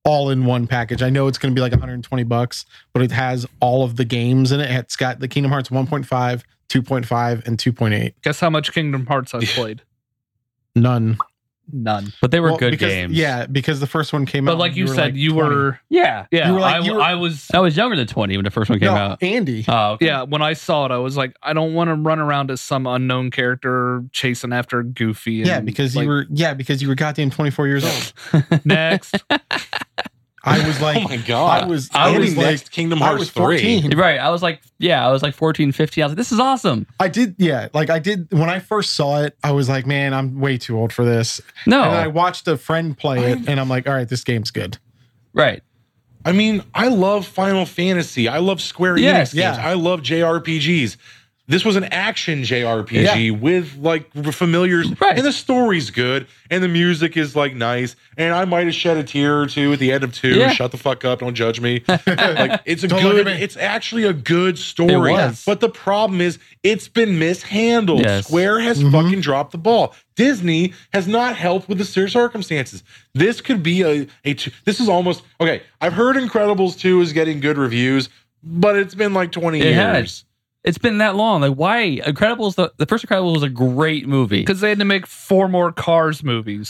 all in one package. I know it's going to be like 120 bucks, but it has all of the games in it. It's got the Kingdom Hearts 1.5, 2.5, and 2.8. Guess how much Kingdom [laughs] Hearts I've played? None. None. but they were Well, good because, games. Yeah, because the first one came out. But like when you, were, said, you 20. were yeah. yeah. You were like- I, you were- I was I was younger than 20 when the first one came no, out. Andy. Oh, okay. yeah. When I saw it, I was like, I don't want to run around as some unknown character chasing after Goofy. And, yeah, because like, you were [laughs] yeah because you were goddamn 24 years old. [laughs] next. I was like, oh my god! I was- I I was was next Kingdom I Hearts was three. 14. Right. I was like, yeah, I was like 14, 15. I was like, this is awesome. I did, yeah. Like I did when I first saw it. I was like, man, I'm way too old for this. No. And then I Oh. watched a friend play it, and I'm like, all right, this game's good. right. I mean, I love Final Fantasy. I love Square Enix Yes, games. yeah. I love JRPGs. This was an action JRPG with like familiars, Right. and the story's good, and the music is like nice. And I might have shed a tear or two at the end of two. Yeah. Shut the fuck up! Don't judge me. like it's a Don't look good. at me. It's actually a good story. It was. But the problem is, it's been mishandled. Yes. Square has Mhm. fucking dropped the ball. Disney has not helped with the cir- circumstances. This could be a, a t- this is almost okay. I've heard Incredibles 2 is getting good reviews, but it's been like 20 It has. years. It's been that long. Like, why? Incredibles, the, the first Incredibles was a great movie. [laughs] because they had to make four more Cars movies.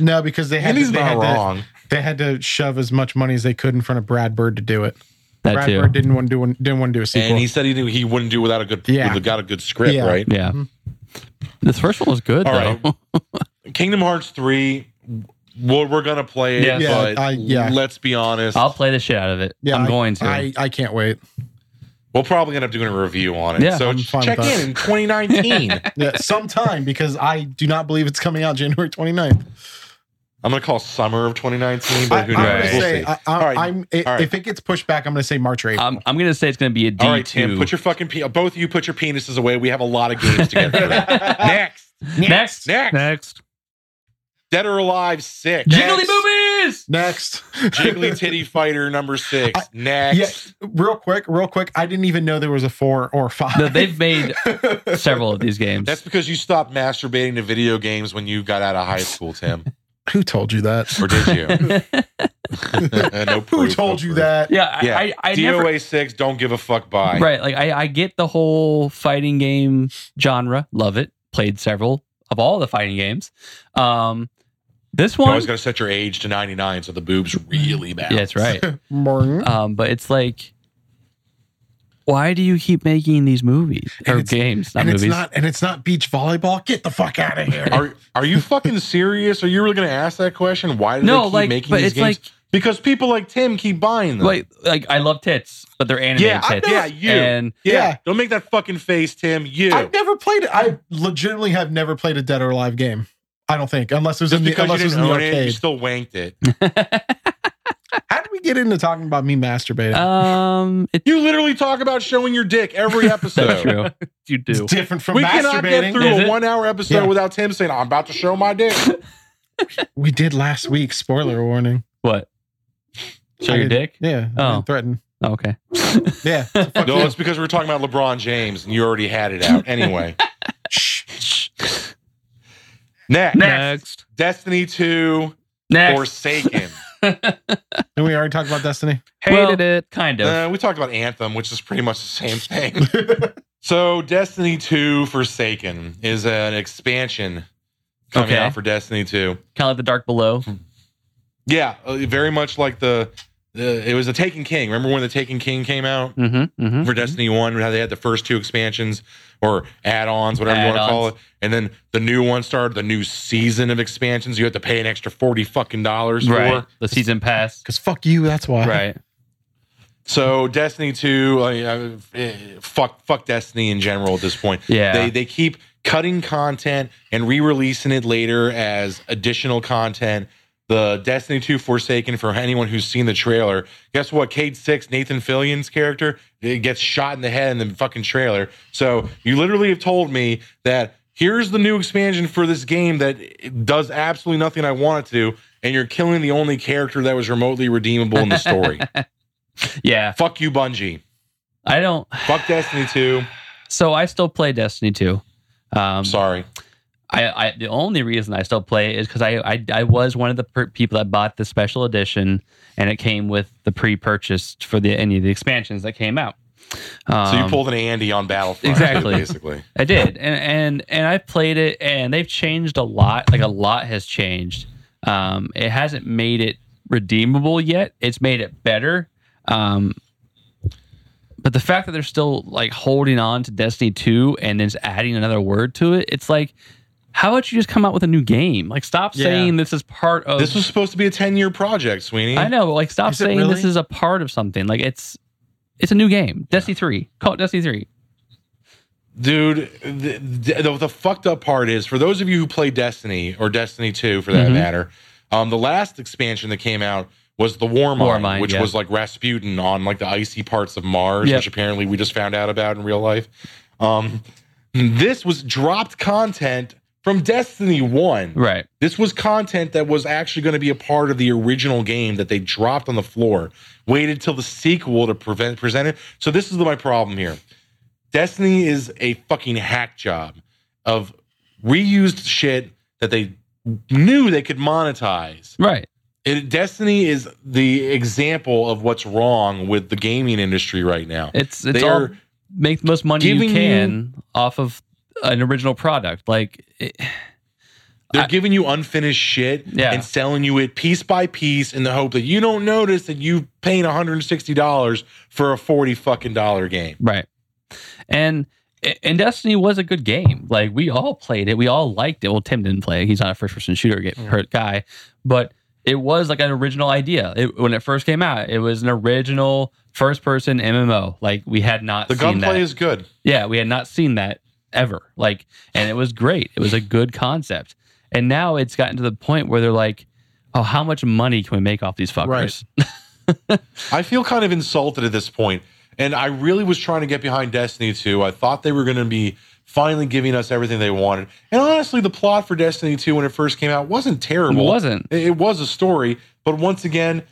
No, because they had And to, he's they, had not to, wrong. they had to shove as much money as they could in front of Brad Bird to do it. that Brad too. Bird didn't want to do didn't want to do a sequel. And he said he knew he wouldn't do without a good Yeah. without a good script, Yeah. right? Yeah. Mm-hmm. This first one was good, All though. Kingdom Hearts 3 well, we're gonna play it, Yes. Yeah, but I- yeah. let's be honest. [laughs] I'll play the shit out of it. Yeah, I'm I- going to. I, I can't wait. we'll probably end up doing a review on it. Yeah, so I'm fine check with that. in in [laughs] 2019. Yeah, [laughs] sometime because I do not believe it's coming out January 29th. I'm gonna call summer of 2019, I, but I'm who knows? gonna Right. We'll say see. Um, I, All I, right. am i All right. if it gets pushed back, I'm gonna say March or April. I'm, I'm going to say it's going to be a D2. All right, Tim, put your fucking pe- both of you put your penises away. We have a lot of games to get [laughs] through. next, Next. next, Next. Dead or Alive six, Jiggly Boobies! Next, Jiggly Titty Fighter number six, Yeah, next. real quick, real quick. I didn't even know there was a four or five. No, they've made several of these games. That's because you stopped masturbating to video games when you got out of high school, Tim, [laughs] Who told you that? or did [laughs] you? [laughs] no Who proof, told no you proof. that? yeah, I, Yeah, I, I DOA never. six. Don't give a fuck. Bye. Right. Like, I, I get the whole fighting game genre. Love it. Played several of all the fighting games. Um, this You one. always got to set your age to 99, so the boobs really bad. Yeah, [laughs] that's right. Morning. Um, but it's like, why do you keep making these movies And or it's- games, not and movies? it's not and it's not beach volleyball. Get the fuck [laughs] out of here. Are Are you fucking serious? Are you really gonna ask that question? Why do no, they keep like, making but these it's games? like because people like Tim keep buying them. Wait, like I love tits, but they're animated Yeah, I tits. know- yeah, you. And yeah, yeah. don't make that fucking face, Tim. You I've never played it. I legitimately have never played a Dead or Alive game. I don't think, unless it was just in the because you unless it was didn't in the own it, you arcade. still wanked it. How did we get into talking about me masturbating? Uh, um, [laughs] it's You literally talk about showing your dick [laughs] every episode. so true. You it's do. different from We cannot get masturbating. through Is a it? one-hour episode Yeah. without Tim saying, "I'm about to show my [laughs] dick." We did last week. Spoiler warning. What? Show I your did- dick? Yeah. Oh. I didn't threaten. Oh, okay. [laughs] Yeah. Fuck no, you. it's because we we're talking about LeBron James, and you already had it out [laughs] anyway. Shh. Next, Next. Destiny Two, Next. Forsaken. And we already talked about Destiny. [laughs] Well, Hated it. Kind of. Uh, we talked about Anthem, which is pretty much the same thing. [laughs] so, Destiny 2 Forsaken is an expansion coming Okay. out for Destiny 2. kind of like the dark below. Yeah, uh, very much like the, the it was the Taken King. Remember when the Taken King came out Mm-hmm. mm-hmm. for Destiny 1 how they had the first two expansions or add-ons, whatever you want to call it. Add-ons. And then the new one started the new season of expansions. You had to pay an extra 40 fucking dollars for. Right. The [laughs] season pass. Because fuck you. That's why. Right. So Destiny two, like, uh, eh, fuck, fuck Destiny in general at this point. Yeah. they they keep cutting content and re-releasing it later as additional content. The Destiny two Forsaken for anyone who's seen the trailer. Guess what? Cade Six, Nathan Fillion's character, it gets shot in the head in the fucking trailer. So you literally have told me that here's the new expansion for this game that it does absolutely nothing I want it to, do, and you're killing the only character that was remotely redeemable in the [laughs] story. Yeah. Fuck you, Bungie. I don't. Fuck Destiny 2. So I still play Destiny 2. Um, I'm sorry. I, I the only reason I still play it is because I, I I was one of the per- people that bought the special edition and it came with the pre-purchased for the any of the expansions that came out. Um, So you pulled an Andy on Battlefront. exactly. Basically. I did, and and and I played it, and they've changed a lot. Like a lot has changed. Um, it hasn't made it redeemable yet. It's made it better. Um, but the fact that they're still like holding on to Destiny two and then just adding another word to it, it's like, how about you just come out with a new game? Like, stop Yeah. saying this is part of. This was supposed to be a 10 year project, Sweeney. I know, but like, stop Is it saying really? this is a part of something. Like, it's it's a new game. Destiny three. Call it Destiny three. Dude, the, the, the fucked up part is for those of you who play Destiny or Destiny 2 for that Mhm. matter, um, the last expansion that came out was the War Mine, War Mine, which yeah. was like Rasputin on like the icy parts of Mars, Yep. which apparently we just found out about in real life. Um, this was dropped content from Destiny 1. Right. This was content that was actually going to be a part of the original game that they dropped on the floor, waited till the sequel to prevent, present it. So, this is my problem here Destiny is a fucking hack job of reused shit that they knew they could monetize. Right. It, Destiny is the example of what's wrong with the gaming industry right now. It's it's they all are make the most money you giving you- can off of an original product. Like, it, They're I- giving you unfinished shit Yeah. and selling you it piece by piece in the hope that you don't notice that you paying $160 for a 40 fucking dollar game. right. And and Destiny was a good game. Like we all played it, we all liked it. Well, Tim didn't play it; he's not a first-person shooter get Mm. hurt guy, but it was like an original idea it, when it first came out. It was an original first-person MMO. Like we had not The seen that. gunplay is good. Yeah, we had not seen that ever. Like, and it was great. It was a good concept. And now it's gotten to the point where they're like, oh, how much money can we make off these fuckers? I feel kind of insulted at this point, And I really was trying to get behind Destiny 2. I thought they were going to be finally giving us everything they wanted. And honestly, the plot for Destiny 2 when it first came out wasn't It terrible. wasn't. It it was a story, but once again,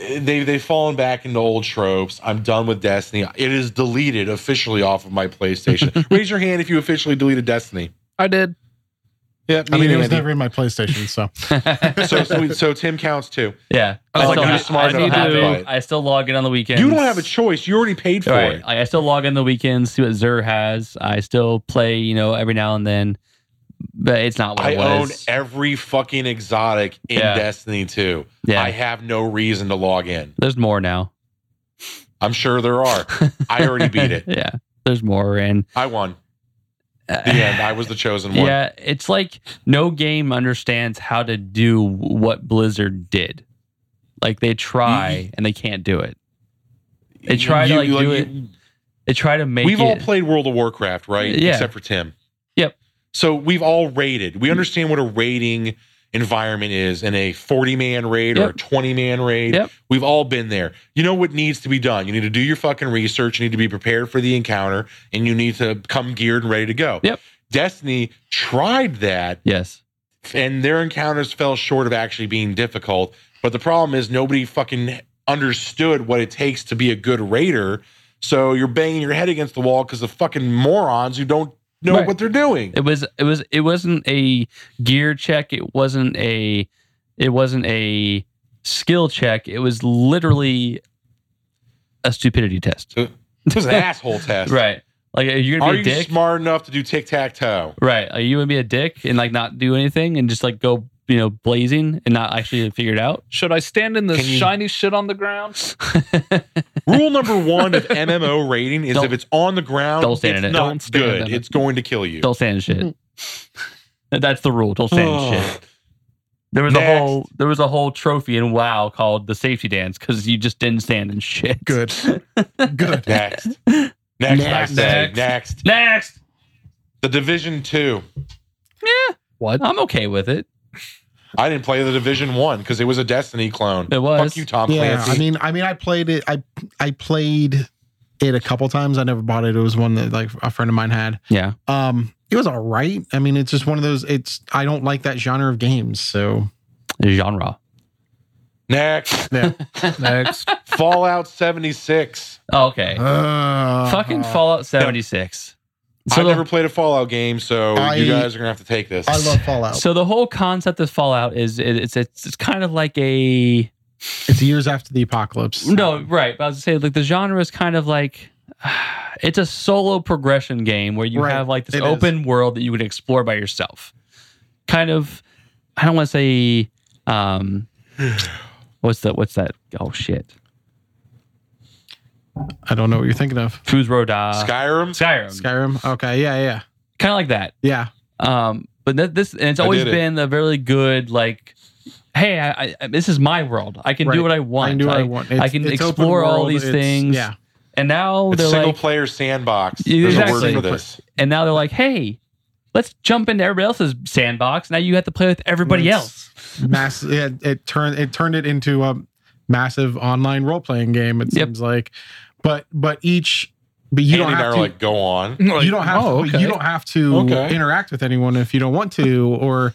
they they've fallen back into old tropes. I'm done with Destiny. It is deleted officially off of my PlayStation. Raise your hand if you officially deleted Destiny. I did. Yeah, I mean, it e- was never in my PlayStation, so so, so so Tim counts too. Yeah. I I was like, still, you're ha- smart I still enough to have buy it. it. I still log in on the weekends. You don't have a choice. You already paid for Right. it. Like, I still log in the weekends, see what Zur has. I still play, you know, every now and then, but it's not what I it own was. every fucking exotic in Yeah. Destiny 2. yeah. I have no reason to log in. there's more now. I'm sure there are. I already beat it. [laughs] Yeah. There's more. And I won. The [laughs] end. I was the chosen one. Yeah, it's like no game understands how to do what Blizzard did. Like they try and they can't do it. They try to You- like you- do you- it. They try to make We've all it- played World of Warcraft, right? Yeah. Except for Tim. Yep. So we've all rated. We understand what a rating environment is in a 40 man raid or a Yep. 20 man raid. Yep. We've all been there. You know what needs to be done. You need to do your fucking research. You need to be prepared for the encounter and you need to come geared and ready to go. Yep. Destiny tried that Yes. and their encounters fell short of actually being difficult. But the problem is nobody fucking understood what it takes to be a good raider. So you're banging your head against the wall because of fucking morons who don't know Right. what they're doing. [laughs] It was it was it wasn't a gear check. It wasn't a it wasn't a skill check. It was literally a stupidity test. It was an [laughs] asshole test. Right. Like are you gonna Are be you a dick? smart enough to do tic tac toe? Right. Are you gonna be a dick and like not do anything and just like go you know blazing and not actually figure it out? Should I stand in this Can you- shiny shit on the ground? Rule number one [laughs] of MMO rating is Don't- if it's on the ground, don't stand it's in it. not Don't stand good. in it. It's going to kill you. Don't stand shit. That's the rule. Don't stand Oh. shit. There was a Next. whole there was a whole trophy in WoW called the safety dance because you just didn't stand in shit. [laughs] [laughs] Good. Good. Next. Next, I Next. say. Next. Next. Next. The Division 2. Yeah, What? I'm okay with it. I didn't play the Division 1 because it was a Destiny clone. It was. Fuck you, Tom Yeah. Clancy. I mean, I mean, I played it. I I played it a couple times. I never bought it. It was one that like a friend of mine had. Yeah. Um, it was all right. I mean, it's just one of those. It's I don't like that genre of games. So Genre. Next, yeah. Next. Fallout 76. Oh, okay. [laughs] Uh, Fucking Fallout 76. Uh-huh. So I've the, never played a Fallout game, so I- you guys are gonna have to take this. I love Fallout. so the whole concept of Fallout is it, it's, it's it's kind of like a it's years after the apocalypse. no right. But I was gonna say like the genre is kind of like [sighs] it's a solo progression game where you Right. have like this It is. open world that you would explore by yourself. Kind of, I don't want to say um, what's that? What's that? Oh shit, I don't know what you're thinking of. Foods Roda, Skyrim. [laughs] Skyrim, Skyrim. Okay. Yeah. Yeah. kind of like that. Yeah. Um, but th- this, and it's I always did it. been a very good like, hey, I, I, this is my world. I can Right. do what I want. I can do what I, want. It's- can it's open explore all world. these It's- things. Yeah. And now It's they're single like, player sandbox. Yeah, There's exactly. a word for this. and now they're like, hey, let's jump into everybody else's sandbox. Now you have to play with everybody It's else. [laughs] Mass. It, it turned. It turned it into a massive online role playing game. It Yep. seems like, but but each. But you Andy don't and I have are to. like, go on. you don't have. Oh, to, okay. You don't have to Okay. interact with anyone if you don't want to, or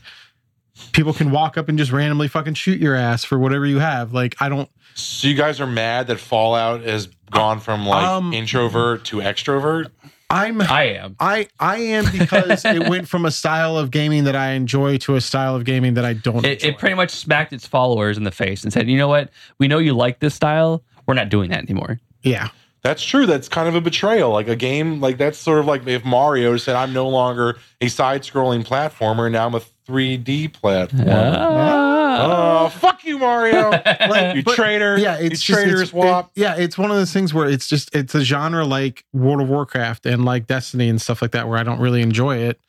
people can walk up and just randomly fucking shoot your ass for whatever you have. Like I don't. So you guys are mad that Fallout has gone from like Um, introvert to extrovert? I'm. I am. I I am [laughs] because it went from a style of gaming that I enjoy to a style of gaming that I don't. It, enjoy. it pretty much smacked its followers in the face and said, you know what? We know you like this style. We're not doing that anymore. yeah. That's true. That's kind of a betrayal. Like a game, like that's sort of like if Mario said, "I'm no longer a side-scrolling platformer, now I'm a 3D platformer." Ah. Oh, [laughs] fuck you, [laughs] Mario! Like, [laughs] you but- traitor! yeah, you it's just, traitorous it's, wop. it- yeah, it's one of those things where it's just it's a genre like World of Warcraft and like Destiny and stuff like that where I don't really enjoy it.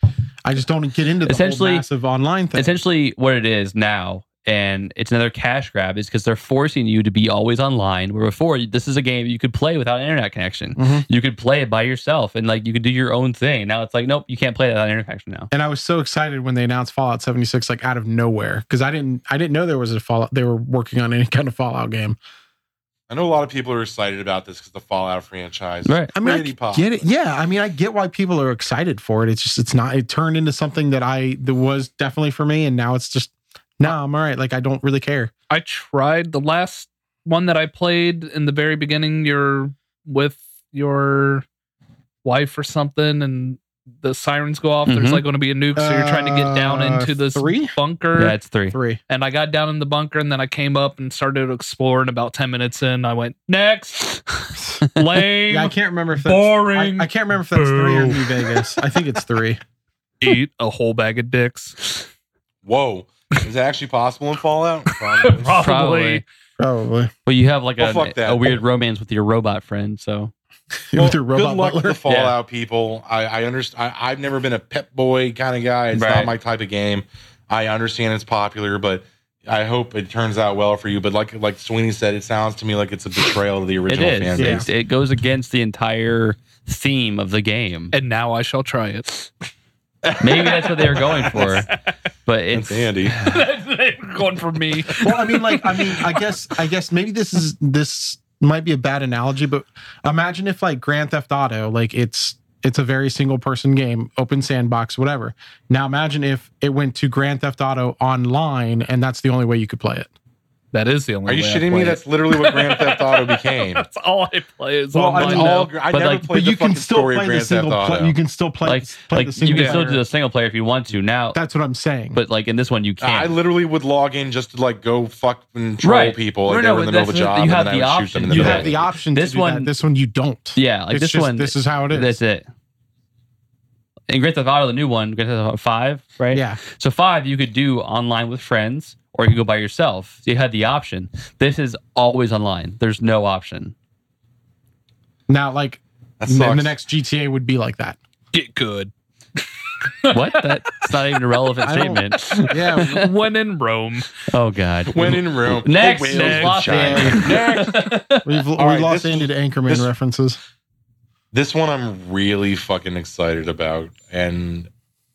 I just don't get into the Essentially- whole massive online thing. essentially what it is now and it's another cash grab is because they're forcing you to be always online where before this is a game you could play without an internet connection Mhm. you could play it by yourself and like you could do your own thing now it's like nope you can't play that on internet connection now and I was so excited when they announced Fallout 76 like out of nowhere because I didn't I didn't know there was a Fallout they were working on any kind of Fallout game. I know a lot of people are excited about this because the Fallout franchise. is Right. I mean, I pretty popular. get it. Yeah, I mean, I get why people are excited for it. It's just it's not. It turned into something that I that was definitely for me, and now it's just no. I'm all right. Like I don't really care. I tried the last one that I played in the very beginning. You're with your wife or something, and the sirens go off. There's Mhm. like going to be a nuke, so you're trying to get down Uh, into this three? bunker. yeah it's three Three. And I got down in the bunker, and then I came up and started to explore. And about ten minutes in, I went [laughs] next lame, Yeah, I can't remember if that's I, boring. I can't remember if that's three or Boo. New Vegas. I think [laughs] it's three. eat a whole bag of dicks. Whoa. Is that actually possible in [laughs] Fallout? Probably. [laughs] Probably. Probably. but you have like Well, a, fuck that. a weird romance with your robot friend so Well, With your robot good luck to butler. the Fallout people. I, I understand. I, I've never been a pep boy kind of guy. It's not Right. my type of game. I understand it's popular, but I hope it turns out well for you. But like like Sweeney said, it sounds to me like it's a betrayal of the It original fan is. base. It's- It goes against the entire theme of the game. And now I shall try it. Maybe that's what they were going for, but it's It's [laughs] Andy. [laughs] Going for me. well, I mean, like, I mean, I guess, I guess maybe this is this might be a bad analogy, but imagine if like Grand Theft Auto, like it's it's a very single person game, open sandbox, whatever. Now imagine if it went to Grand Theft Auto online, and that's the only way you could play it. That is the only. Are you way I shitting play me? it. That's literally what Grand Theft [laughs] Auto became. That's [laughs] all I play is Well, I online. It's mean, all, no. I But never like- played the fucking story of Grand Theft single. Auto. Play, you can still play like play like the you single. can still do player. the single player if you want to now, That's what I'm saying. but like in this one you I can't. literally would log in just to like go fuck and troll Right. people like Right, they no, were in the middle of that's a the- job you and have then I the would shoot them option. in the you no. back. have the option. This to do one- that. this one, you don't. yeah, like It's this just- one. This is how it is. That's it. In Grand Theft Auto, the new one, Grand Theft Auto Five, right? Yeah. So five, you could do online with friends, or you could go by yourself. You had the option. This is always online. There's no option. Now, like, That then the sucks. next GTA would be like that. Get good. [laughs] What? That's not even a relevant I don't- statement. [laughs] Yeah. [laughs] when in Rome. Oh God. [laughs] When in Rome. Next, Wales, next. Lost China. Andy. Next. [laughs] We've we right, lost this- Andy to Anchorman this- references. This one I'm really fucking excited about, and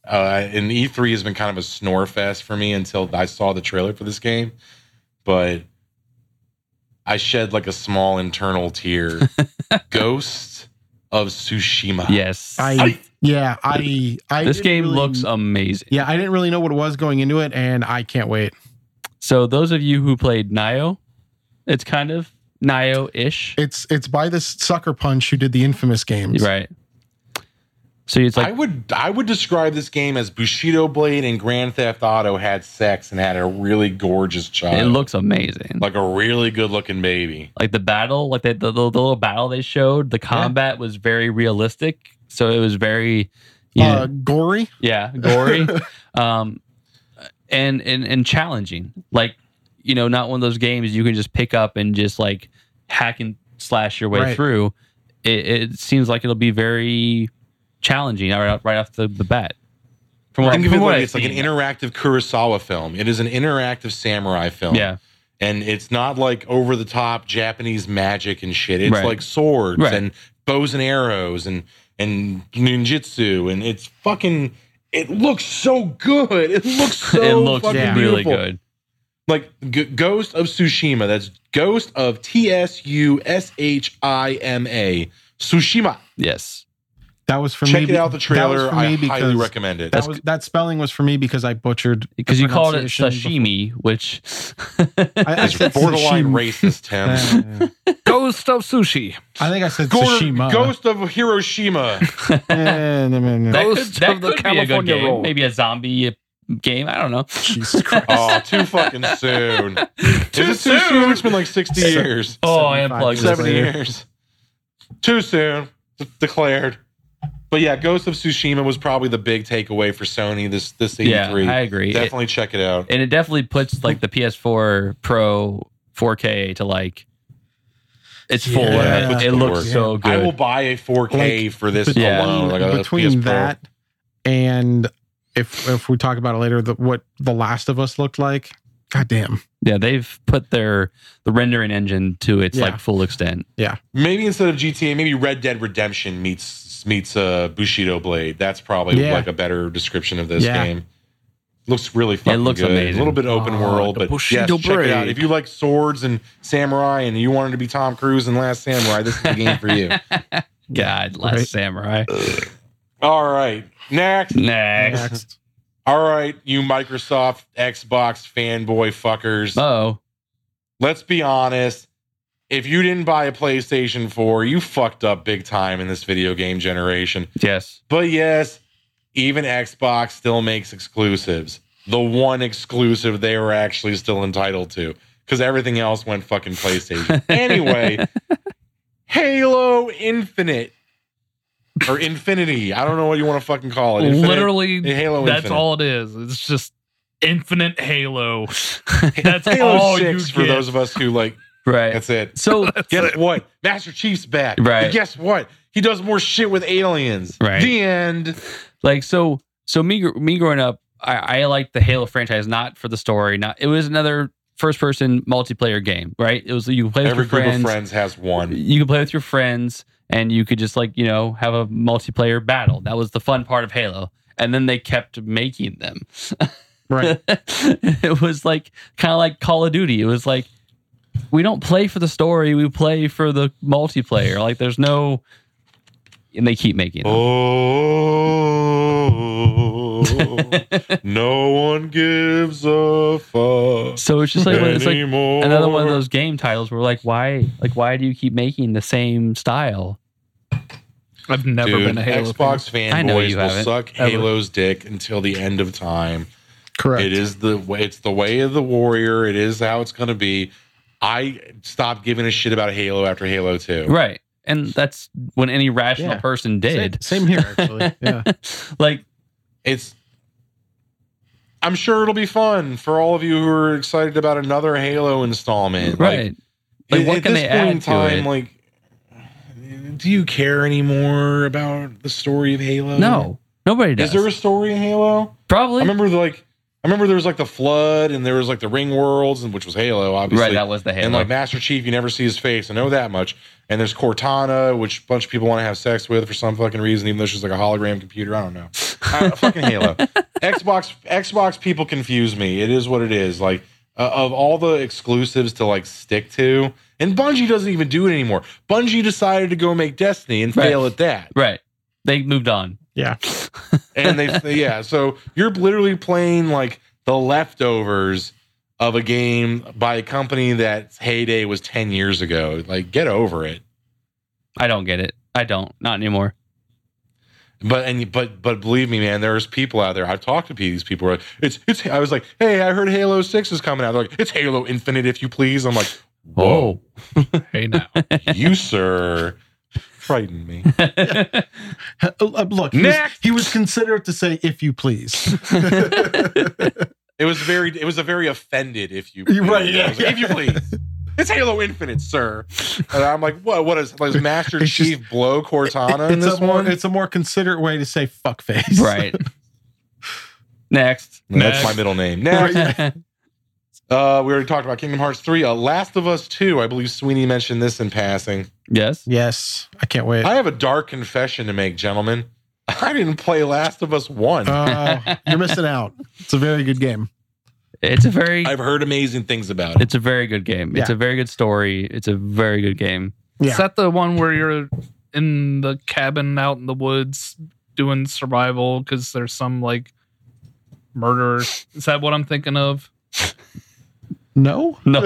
uh, and E3 has been kind of a snore fest for me until I saw the trailer for this game, but I shed like a small internal tear. Ghost of Tsushima. yes. I yeah I I this didn't game really- looks amazing. yeah I didn't really know what it was going into it and I can't wait. So those of you who played Nio, it's kind of Nio ish, It's it's by this sucker punch who did the infamous games. Uh, right? So it's I like would I would describe this game as Bushido Blade and Grand Theft Auto had sex and had a really gorgeous child. it looks amazing. like a really good looking baby. like the battle, like the, the, the little battle they showed, the combat was very realistic. So it was very, yeah, Uh, gory. yeah, gory, um, and and and challenging. Like you know, not one of those games you can just pick up and just like hack and slash your way Right. through. It, it seems like it'll be very challenging right off, right off the, the bat. From what, Think of from it what like I've it's like an seen. interactive Kurosawa film. It is an interactive samurai film. yeah, And it's not like over the top Japanese magic and shit. It's Right. like swords Right. and bows and arrows and and ninjutsu and it's fucking it looks so good. It looks so [laughs] it looks fucking really beautiful. good. like G- Ghost of Tsushima. That's Ghost of T S U S H I M A. Tsushima. Yes, That was for me. Check be- it out. The That trailer. was for I me highly because recommend it. that, was, that spelling was for me because I butchered the because you called it pronunciation sashimi, which before. I, I It's said borderline sashimi. racist, Tim. Yeah, yeah. Ghost of sushi. [laughs] I think I said Gor- Tsushima. [laughs] Ghost of Hiroshima. Yeah, no, no, no. That- that could, Ghosts that of the could be a good California game. Roll. Maybe a zombie game. I don't know. Jesus Christ. oh, too fucking soon. Too Is it too soon? It's been like 60 Se- years, Oh, I 75 unplugged years this. 70 later. years. Too soon. d- declared. But yeah, Ghost of Tsushima was probably the big takeaway for Sony this this E3. Yeah, I agree. It- Definitely check it out. and it definitely puts like the PS4 Pro 4K to like its full. Yeah, limit. puts it it looks work. so good. I will buy a 4K for this between, alone. Like a between PS Pro. that and if if we talk about it later, the, what The Last of Us looked like. God damn. yeah, they've put their the rendering engine to its Yeah. like full extent. maybe instead of GTA, maybe Red Dead Redemption meets meets uh, Bushido Blade. That's probably Yeah. like a better description of this Yeah. game. Looks really fucking looks good. amazing. A little bit open Oh, world, the but yes, Bushido check it out. Blade. If you like swords and samurai and you wanted to be Tom Cruise in Last Samurai, this is the game for [laughs] you. God, Last Right. Samurai. All right. Next. Next. Next. All right, you Microsoft Xbox fanboy fuckers. Oh, let's be honest. If you didn't buy a PlayStation 4, you fucked up big time in this video game generation. yes. But yes, even Xbox still makes exclusives. The one exclusive they were actually still entitled to because everything else went fucking [laughs] PlayStation. anyway, Halo Infinite or Infinity. I don't know what you want to fucking call it. Infinite- Literally, Halo that's Infinite. all it is. It's just [laughs] infinite Halo. That's Halo all 6 you for get. those of us who like, Right. that's it. So Guess what? Master Chief's back. Right. And guess what? He does more shit with aliens. Right. The end. like so so me gr- me growing up I, I like the Halo franchise not for the story. Not it was another first person multiplayer game, right? It was you can play with Every your group friends. of friends has one. You could play with your friends and you could just like, you know, have a multiplayer battle. That was the fun part of Halo. And then they kept making them. [laughs] Right. it was like kind of like Call of Duty. It was like we don't play for the story, we play for the multiplayer. Like there's no and they keep making [laughs] them. Oh, no one gives a fuck [laughs] So it's just like it's like anymore. another one of those game titles where like why like why do you keep making the same style? I've never Dude, been a Halo. Xbox I know fanboys you will haven't, suck ever. Halo's dick until the end of time. Correct. It is the way it's the way of the warrior. It is how it's going to be. I stopped giving a shit about Halo after Halo 2. Right. And that's when any rational Yeah. person Same, did. same here, [laughs] actually. Yeah. [laughs] like It's I'm sure it'll be fun for all of you who are excited about another Halo installment. Like, right Like, what can they add to it? Like, do you care anymore about the story of Halo? no nobody Oh, does Is there a story in Halo? I probably remember like I remember there was like the flood and there was like the ring worlds and which was Halo obviously. right that was the Halo And like Master Chief, you never see his face. I know that much. And there's Cortana, which a bunch of people want to have sex with for some fucking reason, even though she's like a hologram computer. I don't know. I- fucking Halo. Xbox Xbox people confuse me. It is what it is. Like uh, of all the exclusives to like stick to, and Bungie doesn't even do it anymore. Bungie decided to go make Destiny and Right. fail at that. right they moved on Yeah. And they yeah, so you're literally playing like the leftovers of a game by a company that's heyday was 10 years ago. Like get over it. I don't get it I don't not anymore But and but but believe me, man, there's people out there. I've talked to these people. who are Like, it's it's. I was like, hey, I heard Halo Six is coming out. They're like, it's Halo Infinite, if you please. I'm like, whoa, Hey [laughs] now, you sir, frighten me. Uh, Look, he was, Next! he was considerate to say, if you [laughs] please. It was very it was a very offended if you You're right, I was like, yeah. if you please. It's Halo Infinite, sir. And I'm like, what? What is? Does Master [laughs] It's just- Chief blow Cortana in it's, this a more, one? it's a more considerate way to say fuckface. right next [laughs] That's my Next. middle name. Now, Right. uh, we already talked about Kingdom Hearts three, uh, Last of Us two. I believe Sweeney mentioned this in passing. yes Yes. I can't wait. I have a dark confession to make, gentlemen. [laughs] I didn't play Last of Us 1. Oh, you're missing out. It's a very good game. it's a very I've heard amazing things about it. it's a very good game it's Yeah. a very good story it's a very good game Yeah. is that the one where you're in the cabin out in the woods doing survival because there's some like murder? Is that what I'm thinking of? No? no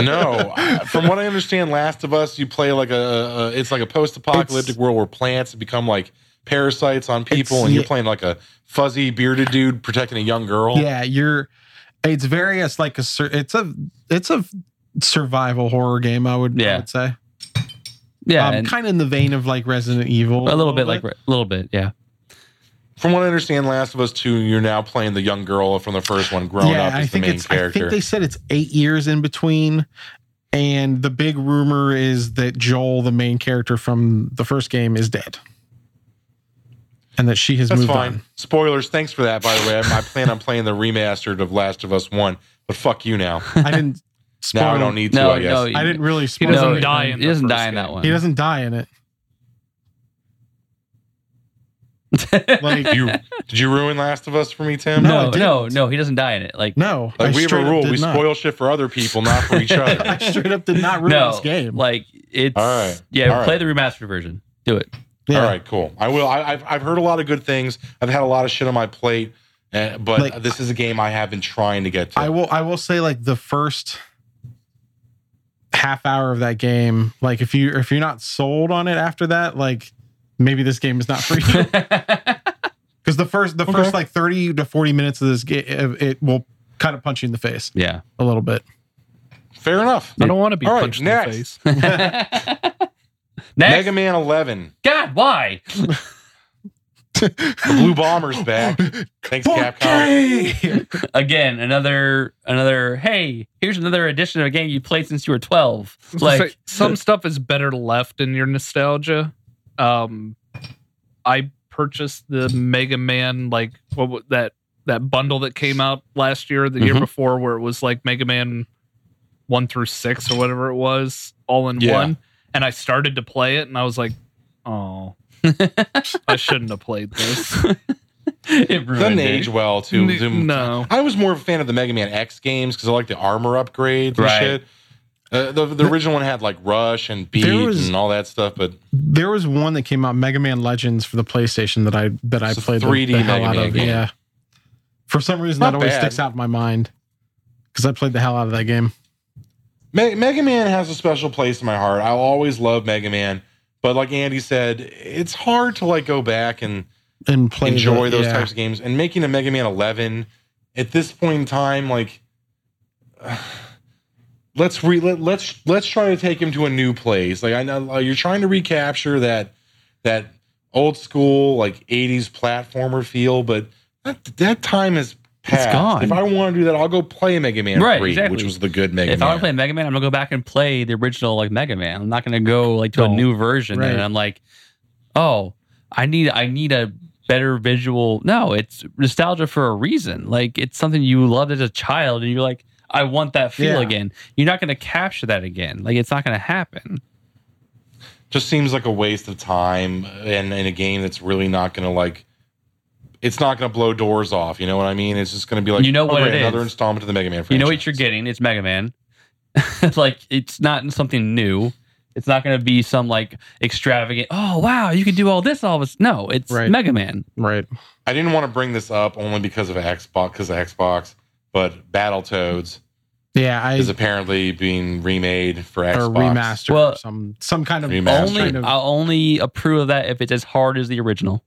no, I- from what I understand, Last of Us, you play like a, a it's like a post-apocalyptic It's- world where plants become like parasites on people, It's- and you're yeah. playing like a fuzzy bearded dude protecting a young girl. Yeah, you're it's various like a sur- it's a it's a survival horror game, I would, I Yeah. would say. yeah um, and kind of in the vein of like Resident Evil. a little bit like a little bit yeah From what I understand, Last of Us Two, you're now playing the young girl from the first one, grown up as the main it's, I character. think they said it's eight years in between. And the big rumor is that Joel, the main character from the first game, is dead. And that she has That's moved fine. on. Spoilers. Thanks for that, by the way. I I plan on playing the remastered of Last of Us One, but fuck you now. I didn't spoil. Now I don't need to. No, I guess. [laughs] no, I didn't really spoil. He doesn't it. die in he the doesn't first die in that game. one He doesn't die in it. Like you did you ruin Last of Us for me, Tim? No, I no didn't. no no he doesn't die in it like no, I Like we have straight a up rule: did we not. spoil shit for other people, not for each other. [laughs] I straight up [laughs] did not ruin no, this game. Like it's All right. yeah, All play right. the remastered version. Do it. yeah, All right, cool. I will. I, I've I've heard a lot of good things. I've had a lot of shit on my plate, uh, but Like- this is a game I have been trying to get to. I will. I will say like the first half hour of that game. Like if you if you're not sold on it after that, like maybe this game is not [laughs] for you. Because the first the first Okay. like thirty to forty minutes of this game, it will kind of punch you in the face yeah. a little bit. Fair enough. I don't want to be All right, punched in next. the face. [laughs] Next. Mega Man 11, God, why? the Blue Bomber's back. Thanks, Capcom. Again, another another hey, here's another edition of a game you played since you were 12. Like Say, some stuff is better left in your nostalgia. Um, I purchased the Mega Man like what was that that bundle that came out last year, the year Mhm. before, where it was like Mega Man one through six or whatever it was, all in Yeah. one. And I started to play it, and I was like, oh, I shouldn't have played this. [laughs] Doesn't it ruined age it. well to, to no, I was more of a fan of the Mega Man X games because I like the armor upgrades and Right. shit. Uh, the, the original one had like Rush and Beat There was- and all that stuff, but There was one that came out, Mega Man Legends for the PlayStation that I that I It's a played the- 3D the, hell Mega out Man of. game. Yeah. For some reason, Not that always bad. sticks out in my mind because I played the hell out of that game. Me- Mega Man has a special place in my heart. I'll always love Mega Man, but like Andy said, it's hard to like go back and And played enjoy the- those yeah. types of games. And making a Mega Man 11 at this point in time, like, [sighs] let's re let, let's let's try to take him to a new place. Like I know uh, you're trying to recapture that that old school like 80s platformer feel, but that that time is past. gone. If I want to do that, I'll go play Mega Man Right, 3, which exactly. was the good Mega if I Man. want to play Mega Man, I'm gonna go back and play the original like Mega Man. I'm not gonna go like to a Don't. new version. Right. And I'm like, oh, I need I need a better visual. No, it's nostalgia for a reason. Like it's something you loved as a child, and you're like, I want that feel Yeah. again. You're not gonna capture that again. Like it's not gonna happen. just seems like a waste of time and in a game that's really not going to like it's not going to blow doors off you know what i mean it's just going to be like You know oh, what great, it another is. installment of the mega man franchise. You know what you're getting? It's Mega Man. [laughs] like it's not something new. It's not going to be some like extravagant. Oh wow, you can do all this all of us. No, it's Right. Mega Man. Right. i didn't want to bring this up only because of xbox because of xbox but Battletoads Yeah. I is apparently being remade for or Xbox. remaster. Well- some some kind of Remaster. only kind of- I'll only approve of that if it's as hard as the original.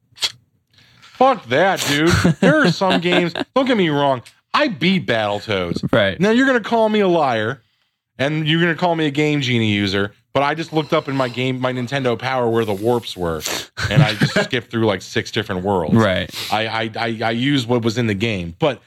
Fuck that, dude. There are [laughs] some games. Don't get me wrong. I beat Battletoads. Right. Now you're gonna call me a liar, and you're gonna call me a Game Genie user. But I just looked up in my game, my Nintendo Power, where the warps were, and I just [laughs] skipped through like six different worlds. Right. I I, I I used what was in the game, but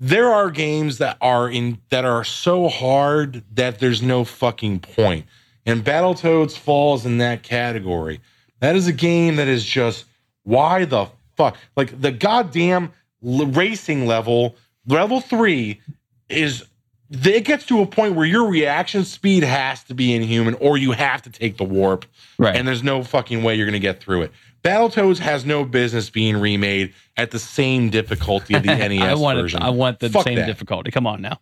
there are games that are in that are so hard that there's no fucking point. And Battletoads falls in that category. That is a game that is just why the fuck like the goddamn l- racing level level 3 is it gets to a point where your reaction speed has to be inhuman or you have to take the warp Right. and there's no fucking way you're going to get through it. Battletoads has no business being remade at the same difficulty [laughs] of the NES I want version. it, I want the Fuck same that. difficulty. Come on now.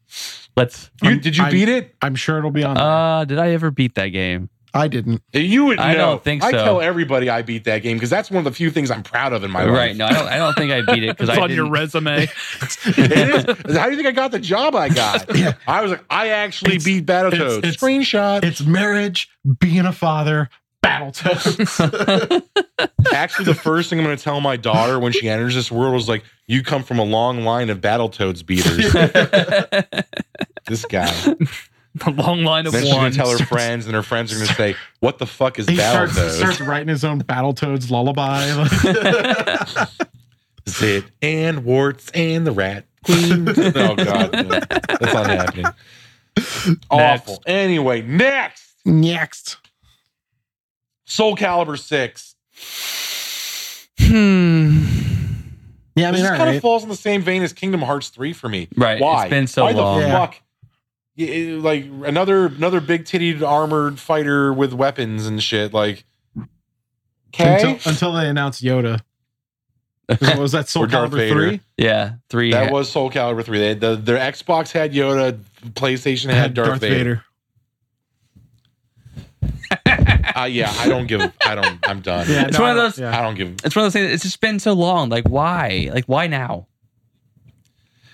Let's You, did you I'm- beat it? I'm sure it'll be on. there. uh did I ever beat that game? [laughs] I didn't. You would. Know. I don't think I so. tell everybody I beat that game because that's one of the few things I'm proud of in my life. Right. No, I don't I don't think I beat it it's cuz I on your didn't- resume. it is. How do you think I got the job I [laughs] got? I was like, I actually It's- beat Battletoads. it's- it's- Screenshot. It's marriage, being a father, [laughs] Battletoads. actually, the first thing I'm going to tell my daughter when she enters this world was like, "You come from a long line of Battletoads [laughs] beaters." this guy. the long line of Then she's gonna one. tell her friends, and her friends [laughs] are gonna say, "What the fuck is he starts, Battletoads? starts writing his own Battletoads lullaby. [laughs] Like, Zit and warts and the rat [laughs] queen." oh god, no. that's not happening. Awful. Anyway, next Next. Soul Calibur Six. [laughs] Hmm. Yeah, I This mean, all kind of right. falls in the same vein as Kingdom Hearts Three for me. Right. Why? It's been so Why long. the Yeah. fuck? Y- it- Like another another big titted armored fighter with weapons and shit. Like, okay, Until, until they announced Yoda. 'Cause what was that [laughs] Soul Or Darth Calibur Vader. 3? Yeah. 3 That was Soul Calibur 3. They, the, their Xbox had Yoda, PlayStation It had, Darth, Vader. Uh, yeah, I don't give I don't I'm done. Yeah, It's no, one I of don't- those- I Yeah. don't give it's one of those things. It's just been so long. Like why? Like why now?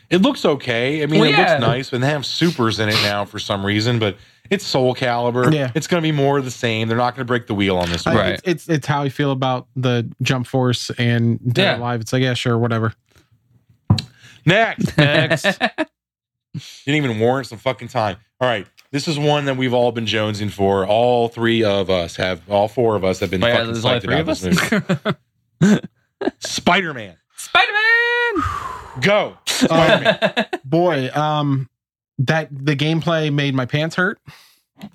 It looks okay. I mean, Well, it yeah. looks nice, and they have supers in it now for some reason, but it's Soul Calibur. Yeah. It's going to be more of the same. They're not going to break the wheel on this I- one. Right. it's, it's it's how I feel about the Jump Force and Dead Yeah. Alive. It's like, yeah, sure, whatever. Next. [laughs] Next. Didn't even warrant some fucking time. All right. This is one that we've all been jonesing for. All three of us have, all four of us have been Wait, fucking there's only psyched three about of us. this [laughs] movie. Spider Man. Spider Man. Go. Uh, Spider Man. boy, um, that the gameplay made my pants hurt.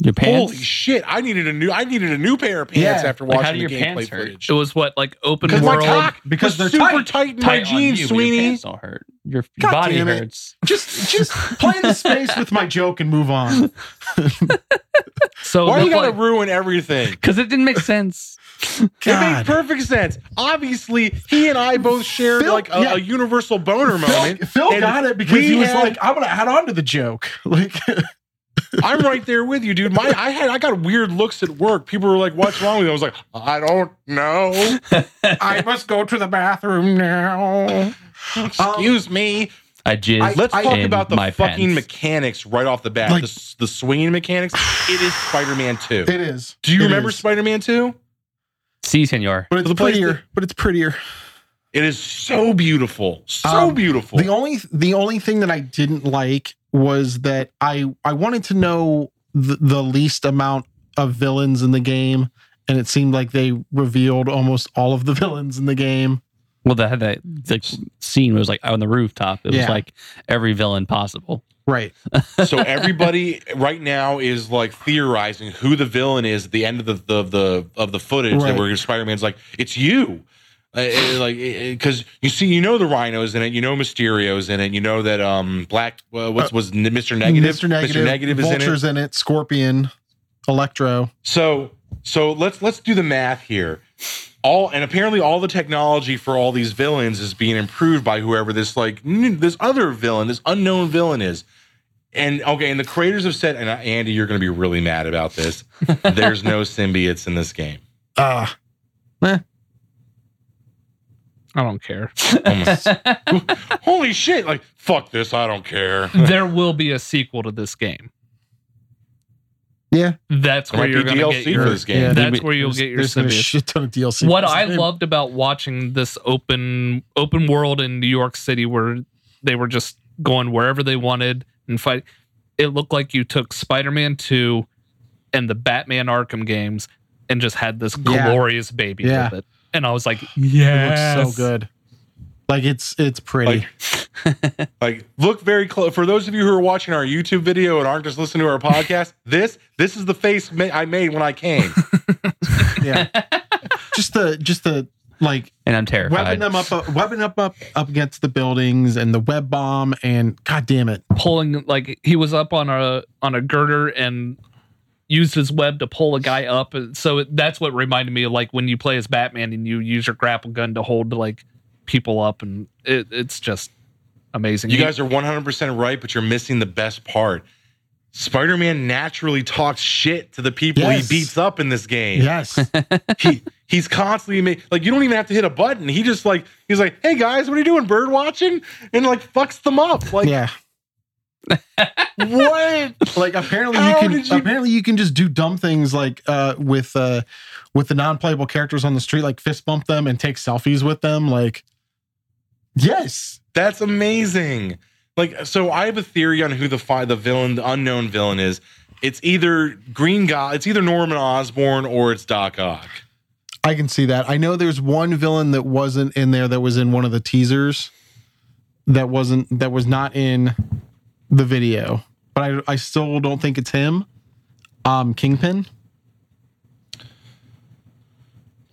Your pants. Holy shit! I needed a new I needed a new pair of pants Yeah. after Like, how watching do the your gameplay pants hurt? footage. It was what like open Because my world. cock was because they're super tight, in my Tight on you, jeans, but your Sweeney. pants don't hurt. your God body damn it. hurts. Just just play the space with my joke and move on. So Why that's you gotta like- ruin everything? Because it didn't make sense. It God. makes perfect sense. Obviously, he and I both shared Phil- like a, yeah. a universal boner Phil, moment. Phil And got it because we he was had- like, I'm gonna add on to the joke. [laughs] Like I'm right there with you, dude. My I had I got weird looks at work. People were like, "What's wrong with you?" I was like, "I don't know." I must go to the [laughs] bathroom now. Excuse me. I jizzed. Let's talk in about the my fucking pants. mechanics right off the bat. Like- the, s- the swinging mechanics. It is Spider-Man Two. It is. Do you It remember is. Spider-Man Two? See, senor. But it's the place prettier. that- but it's prettier. It is so beautiful, so Um, beautiful. The only the only thing that I didn't like was that I I wanted to know the, the least amount of villains in the game, and it seemed like they revealed almost all of the [laughs] villains in the game. Well, that had that like, scene was like on the rooftop. It was Yeah. like every villain possible. Right. so everybody [laughs] right now is like theorizing who the villain is at the end of the the the of the footage Right. that where Spider-Man's like, "It's you." Uh, uh, like because you see you know the rhino's in it you know mysterio's in it you know that um black uh, what's was N- mr negative Mr. Negative, mr negative is in it Vulture's in it. Scorpion, Electro. so so let's let's do the math here all and apparently all the technology for all these villains is being improved by whoever this like n- this other villain this unknown villain is and okay and the creators have said and uh, andy you're going to be really mad about [laughs] this there's no symbiotes in this game Ah, I don't care. Oh my- [laughs] holy shit like fuck this i don't [laughs] care there will be a sequel to this game. Yeah. That's There where might you're be going to DLC get for your. this game. Yeah. That's where you'll there's- get your there's been a symbiote. shit ton of DLC. What for this I game. loved about watching this open open world in New York City, where they were just going wherever they wanted and fight, it looked like you took Spider Man Two and the Batman Arkham games and just had this Yeah. glorious baby Yeah. with it. And I was like, It yeah, looks so good. Like it's it's pretty. Like- like look very close for those of you who are watching our youtube video and aren't just listening to our podcast this this is the face ma- i made when i came [laughs] yeah. just the just the like And I'm terrified. webbing them up, up webbing up up up against the buildings and the web bomb and god damn it pulling like he was up on a on a girder and used his web to pull a guy up And so it, that's what reminded me of like when you play as batman and you use your grapple gun to hold like people up and it, it's just amazing You [laughs] guys are 100% right, but you're missing the best part. Spider Man naturally talks shit to the people Yes. he beats up in this game. [laughs] yes He, he's constantly ma- like, you don't even have to hit a button. He just like, he's like, hey guys, what are you doing? Bird watching? And like fucks them up. Like, yeah [laughs] what? like apparently you How can did you- apparently you can just do dumb things like uh with uh with the non-playable characters on the street like fist bump them and take selfies with them like yes That's amazing. Like, so I have a theory on who the fi- the villain, the unknown villain is. It's either Green God, it's either Norman Osborn or it's Doc Ock. i can see that i know there's one villain that wasn't in there that was in one of the teasers that wasn't that was not in the video but i i still don't think it's him um kingpin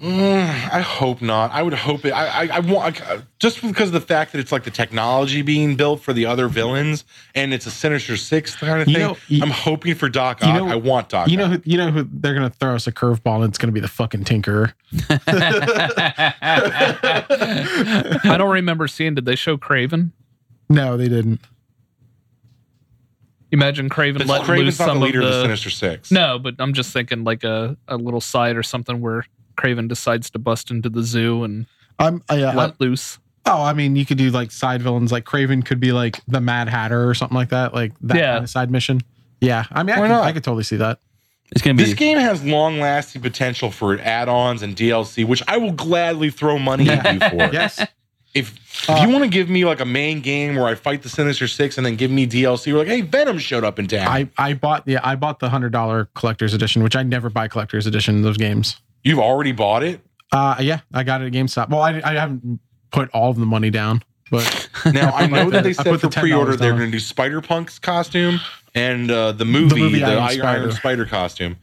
Mm, I hope not. I would hope it. I, I, I want uh, just because of the fact that it's like the technology being built for the other villains, and it's a Sinister Six kind of You thing. know, you- I'm hoping for Doc you Ock. know- I want Doc. You know Ock. who you know who they're gonna throw us a curveball and it's gonna be the fucking tinkerer. i don't remember seeing did they show craven No, they didn't. imagine craven But let loose Craven's not the some leader of the, of the Sinister Six. no but i'm just thinking like a, a little side or something where craven decides to bust into the zoo and I'm I, uh, let loose oh, I mean, you could do like side villains, like Craven could be like the Mad Hatter or something like that, like that Yeah. kind of side mission. Yeah, I mean, I Why could, not? I could totally [laughs] see that. it's gonna This be. game has long-lasting potential for add-ons and DLC, which I will gladly throw money at you for. [laughs] Yes, If, if Uh, you want to give me like a main game where I fight the Sinister Six and then give me DLC, you're like, hey, Venom showed up in town. I I bought the I bought the hundred dollar collector's edition, which I never buy collector's edition of those games. You've already bought it. Uh, yeah, I got it at GameStop. Well, I I haven't put all of the money down, but [laughs] Now I know that I they said put for the $10 pre-order they're down. going to do Spider Punk's costume and uh, the movie, the, movie Iron, Iron Iron Spider. Spider. costume.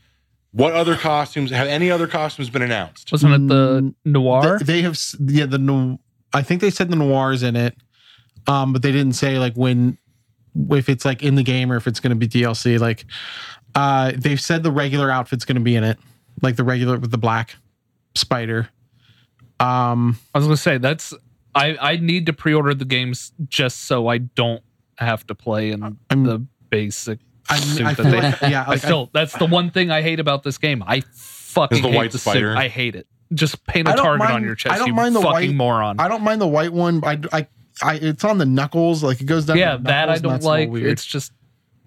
What other costumes have any other costumes been announced? Mm, wasn't it the noir they, they have s- yeah the no- I think they said the noirs in it. Um, but they didn't say like when if it's like in the game or if it's going to be DLC. Like uh, they've said the regular outfit's going to be in it, like the regular with the black spider. Um, I was gonna say that's I I need to pre-order the games just so I don't have to play in I'm- the basic I, suit I that feel they. like yeah, I like, still that's the one thing I hate about this game. I fucking Is the hate white the spider. Suit. I hate it. Just paint I a don't target mind- on your chest. I don't you mind the fucking white- moron. I don't mind the white one. I I, I it's on the knuckles. Like it goes down. yeah, the that knuckles, I and don't that's a little like. weird. It's uh, just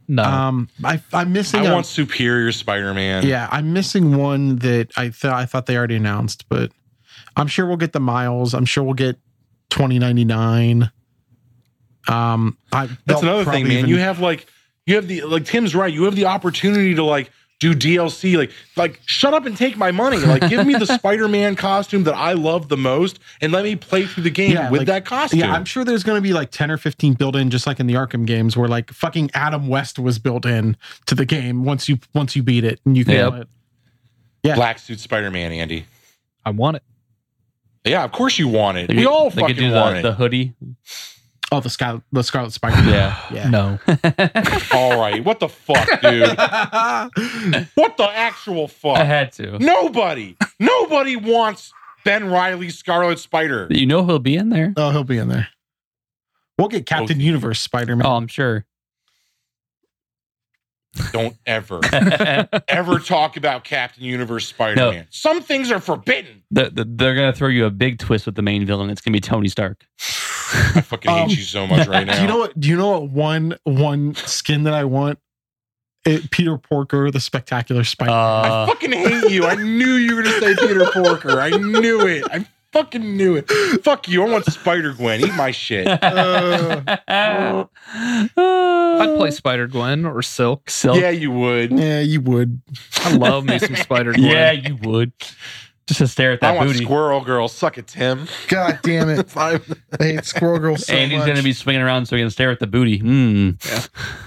no. um, I I'm missing. I a- want superior Spider-Man. Yeah, I'm missing one that I thought I thought they already announced, but I'm sure we'll get the miles. I'm sure we'll get 2099. Um, I That's they'll another probably thing, man. even- you have like you have the like Tim's right. You have the opportunity to like do DLC. Like like shut up and take my money. Like give [laughs] me the Spider-Man costume that I love the most and let me play through the game Yeah, with like- that costume. yeah, I'm sure there's going to be like 10 or 15 built in, just like in the Arkham games, where like fucking Adam West was built in to the game once you once you beat it and you can. Yep. play it. yeah. Black suit Spider-Man, Andy. I want it. Yeah, of course you want it. They we could- all they fucking could do the, want the it. hoodie. Oh, the Scarlet the Scarlet Spider. [sighs] Yeah. Yeah. No. all right, what the fuck, dude? what the actual I fuck? had to. Nobody, nobody wants Ben Riley's Scarlet Spider. You know he'll be in there. oh, he'll be in there. We'll get Captain Universe Spider Man. Oh, I'm sure. [laughs] Don't ever. The- ever talk about Captain Universe Spider Man. Some things are forbidden. the- they're gonna throw you a big twist with the main villain. It's gonna be Tony Stark. I fucking hate Um, you so much right now. Do [laughs] you know what? Do you know what one one skin that I want? It, Peter Porker, the spectacular spider. I Uh, fucking hate you. I knew you were gonna say Peter Porker. I knew it. I fucking knew it. Fuck you. I want Spider Gwen. Eat my shit. Uh, [laughs] I'd I'd uh, play Spider Gwen or Silk. Silk. Yeah, you would. yeah, you would. I love me some [laughs] Spider Gwen. Yeah, you would. Just to stare at I that want booty. Squirrel Girl. Suck it, Tim. [laughs] God damn it! But I hate Squirrel Girl so Andy's much. gonna be swinging around so he can stare at the booty. Hmm.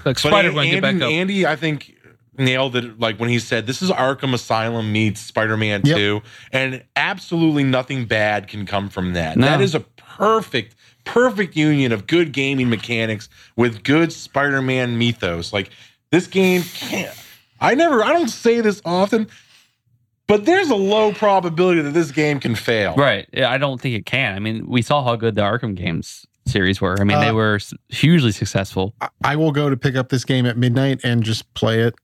Like Spider Gwen, Andy, get back up. Andy, I think nailed it. Like when he said, "This is Arkham Asylum meets Spider Man Yep. 2," and absolutely nothing bad can come from that. No. That is a perfect, perfect union of good gaming mechanics with good Spider Man mythos. Like this game can't. I never. I don't say this often. But there's a low probability that this game can fail. Right. Yeah, I don't think it can. I mean, we saw how good the Arkham games series were. I mean, they Uh, were s- hugely successful. I- I will go to pick up this game at midnight and just play it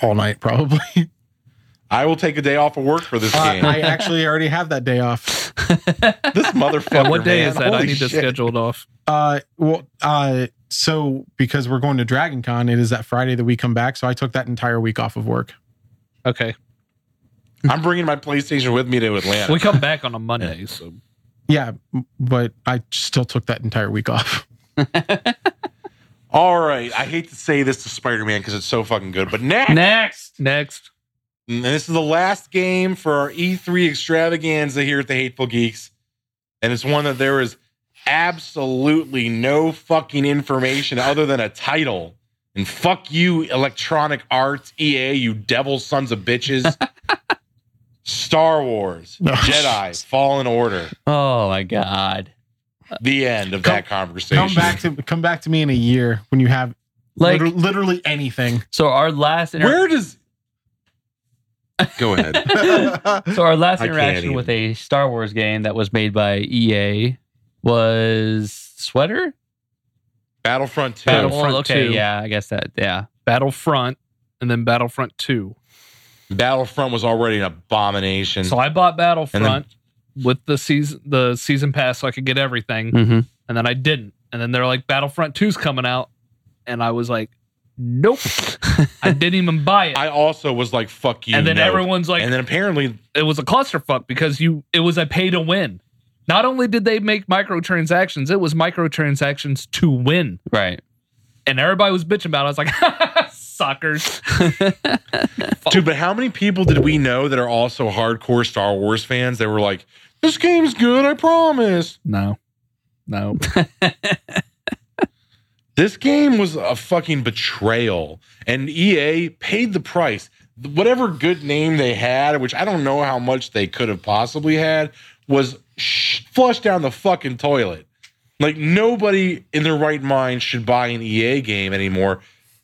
all night, probably. I will take a day off of work for this Uh, game. [laughs] [laughs] I actually already have that day off. this motherfucker. Yeah, what day man. is that? I Holy need to shit. schedule it off. Uh, well, uh, so because we're going to Dragon Con, it is that Friday that we come back. So I took that entire week off of work. Okay. I'm bringing my PlayStation with me to Atlanta. We come back on a Monday, so Yeah, but I still took that entire week off. [laughs] All right, I hate to say this to Spider-Man because it's so fucking good, but next, Next. next. and this is the last game for our E3 extravaganza here at the Hateful Geeks, and it's one that there is absolutely no fucking information other than a title. And fuck you, Electronic Arts, EA, you devil sons of [laughs] bitches. Star Wars, No. Jedi, Fallen Order. Oh my God. The end of Come- that conversation. Come back to come back to me in a year when you have Like, liter- literally [laughs] anything. so our last inter- Where does? Go [laughs] ahead. so our last I can't interaction even. with a Star Wars game that was made by EA was Sweater. Battlefront Two. Battle- Battlefront. okay, 2. yeah, I guess that. Yeah, Battlefront and then Battlefront 2. Battlefront was already an abomination. So I bought Battlefront with the season the season pass so I could get everything, Mm. mm-hmm. and then I didn't. And then they're like Battlefront 2's coming out, and I was like, nope. I didn't even buy it. I also was like, "Fuck [laughs] you." and then no. everyone's like, and then apparently, it was a clusterfuck because you it was a pay to win. Not only did they make microtransactions, it was microtransactions to win. [laughs] right. And everybody was bitching about it. I was like, [laughs] suckers. dude. But how many people did we know that are also hardcore Star Wars fans? They were like, "This game's good. I promise." No. No. [laughs] This game was a fucking betrayal, and EA paid the price. Whatever good name they had, which I don't know how much they could have possibly had, was sh- flushed down the fucking toilet. Like nobody in their right mind should buy an EA game anymore.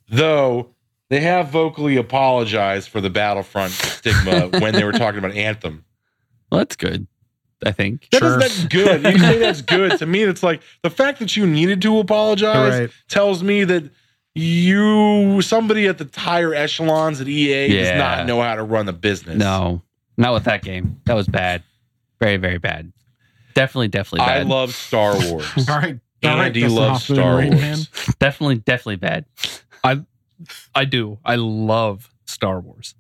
Though they have vocally apologized for the Battlefront [laughs] stigma when they were talking about Anthem. Well, that's good. I think. That is Sure. that's good. You say that's good. To me, it's like the fact that you needed to apologize Right. tells me that you somebody at the higher echelons at EA Yeah. does not know how to run a business. No, not with that game. That was bad. Very, very bad. Definitely, definitely I bad. love [laughs] Star Wars. All right. All right. Andy Dustin loves Hoffman, Star Rain Wars. Man. definitely, definitely bad. I do. I love Star Wars.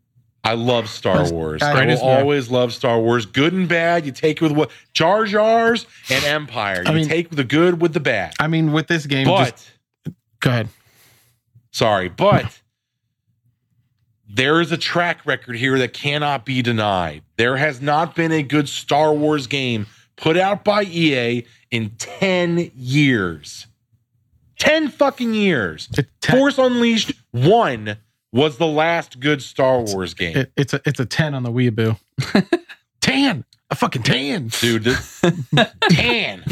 I love Star That's Wars. the I will greatest war. always love Star Wars. Good and bad, you take it with what Jar Jar's and Empire. You I mean- take the good with the bad. I mean, with this game, But just go ahead. sorry, but there is a track record here that cannot be denied. There has not been a good Star Wars game put out by EA in 10 years. 10 fucking years. It- ten- Force Unleashed 1 was the last good Star Wars game. it- it's a it's a ten on [laughs] the Weeaboo. tan, a fucking tan. Dude, this, [laughs] tan.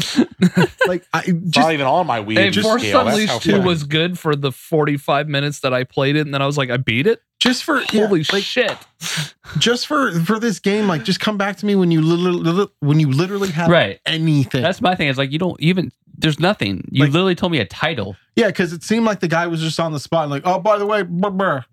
Like I It's just not even on my Wii Hey, U Force scale. That's how Unleashed 2 fucking- was good for the 45 minutes that I played it, and then I was like, I beat it? just for yeah, Holy like, shit. just for for this game. Like just come back to me when you literally when you literally have Right. anything. That's my thing. It's like you don't even. There's nothing. You Like- literally told me a title. yeah, because it seemed like the guy was just on the spot. Like oh, by the way, blah, blah.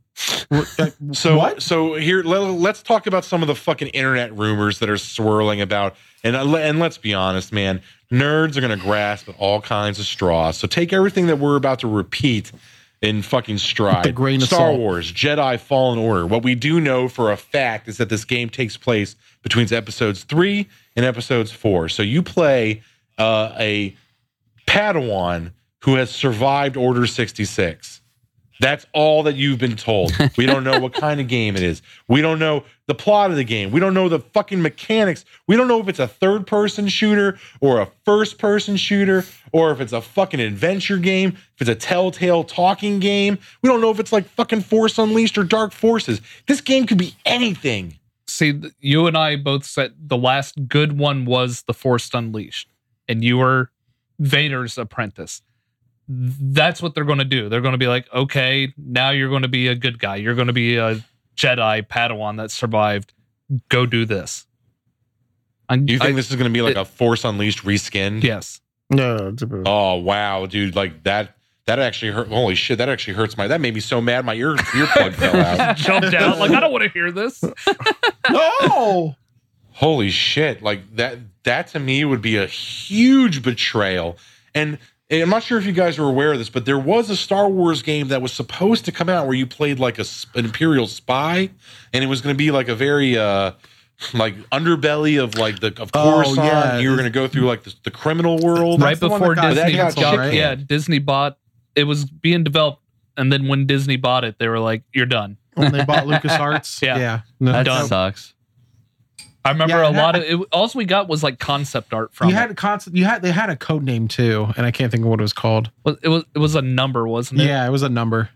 Like, So what? so here let, let's talk about some of the fucking internet rumors that are swirling about and I- and let's be honest, man, nerds are going to grasp at all kinds of straws. So take everything that we're about to repeat in fucking stride. With a grain of Star salt. Wars, Jedi Fallen Order. What we do know for a fact is that this game takes place between episodes 3 and episodes 4. So you play uh, a Padawan who has survived Order 66. That's all that you've been told. We don't know what kind of game it is. We don't know the plot of the game. We don't know the fucking mechanics. We don't know if it's a third person shooter or a first person shooter or if it's a fucking adventure game, if it's a telltale talking game. We don't know if it's like fucking Force Unleashed or Dark Forces. This game could be anything. See, th- you and I both said the last good one was The Force Unleashed, and you were Vader's apprentice. That's what they're going to do. They're going to be like, okay, now you're going to be a good guy. You're going to be a Jedi Padawan that survived. Go do this. I, You think I- this is going to be like a Force Unleashed reskin? yes. [laughs] no, it's a- Oh wow, dude! Like that. That actually hurt. Holy shit! That actually hurts my. That made me so mad. My ear earplug fell [laughs] out. Jumped out. Like, I don't want to hear this. no. Holy shit! Like that. That to me would be a huge betrayal. And, and I'm not sure if you guys were aware of this, but there was a Star Wars game that was supposed to come out where you played like a, s- an Imperial spy, and it was going to be like a very uh like underbelly of like the of Oh, Coruscant. yeah. You were going to go through like the, the criminal world. right the one before that got Disney canceled, bought, right? yeah, Disney bought. It was being developed, and then when Disney bought it, they were like, "You're done." When they bought LucasArts. Yeah. [laughs] yeah. No, That Done. sucks. [laughs] I remember Yeah, a and lot I- of. It, all we got was like concept art from you it. had a constant. You had they had a code name too, and I can't think of what it was called. Was- it was it was a number, wasn't it? Yeah, it was a number.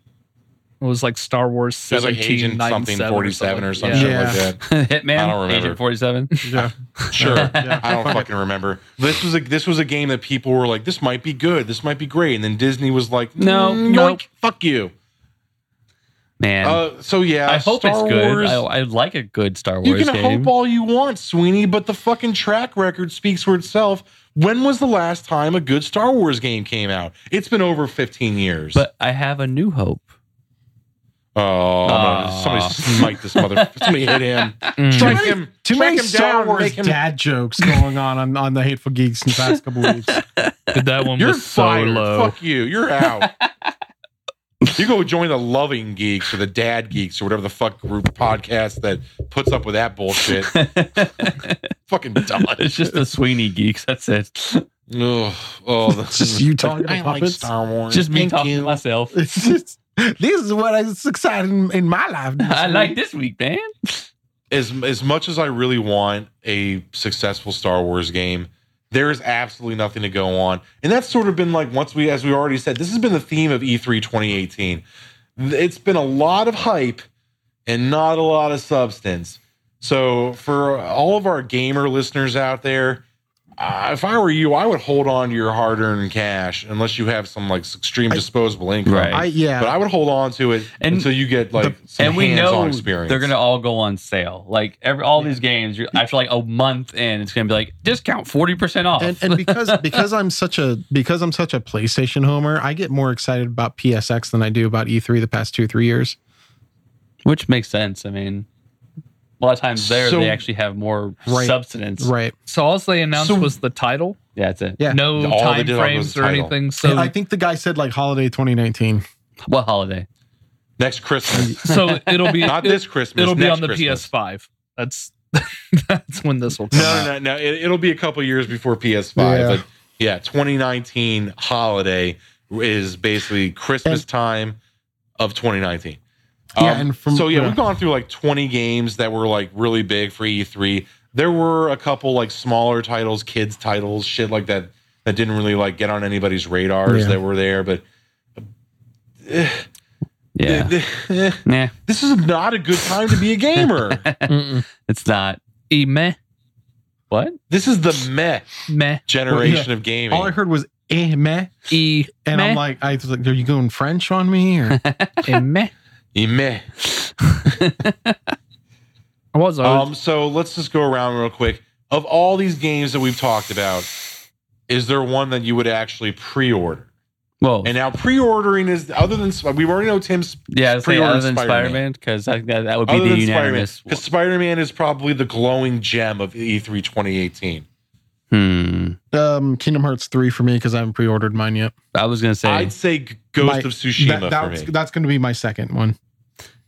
It was like Star Wars It was like Agent seventeen something forty seven or something Yeah. like that. Hitman. I don't remember. Agent Forty Seven. [laughs] Yeah, Sure. Yeah. I [laughs] don't fucking remember. This was a this was a game that people were like, this might be good, this might be great, and then Disney was like, No, "Mm, nope. yoink, fuck you. Man, Uh, so yeah, I hope Star it's good. Wars- I, I like a good Star Wars you can game. hope all you want, Sweeney, but the fucking track record speaks for itself. When was the last time a good Star Wars game came out? It's been over fifteen years. but I have a new hope. oh, I'm gonna- Aw. somebody smite this mother! Somebody hit [laughs] him! Mm. Strike many- him! too Track many him Star down, Wars make him- dad jokes going on, on on the Hateful Geeks in the past couple weeks. Dude, that one You're was so fired. low. Fuck you. You're [laughs] out. you go join the loving geeks or the dad geeks or whatever the fuck group podcast that puts up with that [laughs] bullshit. Fucking dumb. it's just the Sweeney geeks. That's it. It's Ugh. Oh, It's just you talking to I like puppets. Star Wars. just me Thank talking you. to myself. [laughs] It's just, this is what I succeeded in, in my [laughs] life. [laughs] I like this week, man. as as much as I really want a successful Star Wars game, there is absolutely nothing to go on, and that's sort of been like once we, as we already said, this has been the theme of E E3 2018. It's been a lot of hype and not a lot of substance. So for all of our gamer listeners out there, Uh, if I were you, I would hold on to your hard earned cash unless you have some like extreme I- disposable income. Right. I yeah. But I would hold on to it And- until you get like some and we hands know on experience. they're gonna all go on sale. Like every all these games, you're- after like a month in, it's gonna be like discount forty percent off. and, and because [laughs] because I'm such a because I'm such a PlayStation homer, I get more excited about PSX than I do about E3 the past two three years. Which makes sense. I mean, a lot of times there So- they actually have more Right. substance. Right. So all they announced So- was the title, Yeah, that's it. Yeah. no All they time did on was frames the or title. anything. So I think the guy said like holiday 2019. What holiday? next Christmas, [laughs] so it'll be [laughs] not this Christmas. It'll be next on the Christmas. PS5. That's [laughs] that's when this will come. No, out. no, no, no. It, it'll be a couple years before PS5. Yeah. But yeah, 2019 holiday is basically Christmas time of 2019. Yeah, and from- so yeah, Um, yeah. we've gone through like 20 games that were like really big for E3. There were a couple like smaller titles, kids titles, shit like that that didn't really like get on anybody's radars Yeah. that were there, but eh, Yeah, eh, eh, [laughs] nah, this is not a good time to be a [laughs] gamer. it's not. E meh What? this is the meh meh generation Well, yeah. of gaming. [laughs] All I heard was eh meh, e and meh, I'm like, I was like, are you going French on me? Or e meh. Eh, meh. I was always, Um, so let's just go around real quick. Of all these games that we've talked about, is there one that you would actually pre-order? Oh, Whoa. And now pre-ordering is other than Sp- we already know Tim's yeah, I was saying pre-order other than Spider-Man. Spider Man because that, that would be other the than Spider-Man unanimous. because Spider-Man is probably the glowing gem of E E3 2018. Hmm. um, Kingdom Hearts 3 for me because I haven't pre-ordered mine yet. I was gonna say. I'd say G- Ghost My- of Tsushima That- that's for me. that's going to be my second one.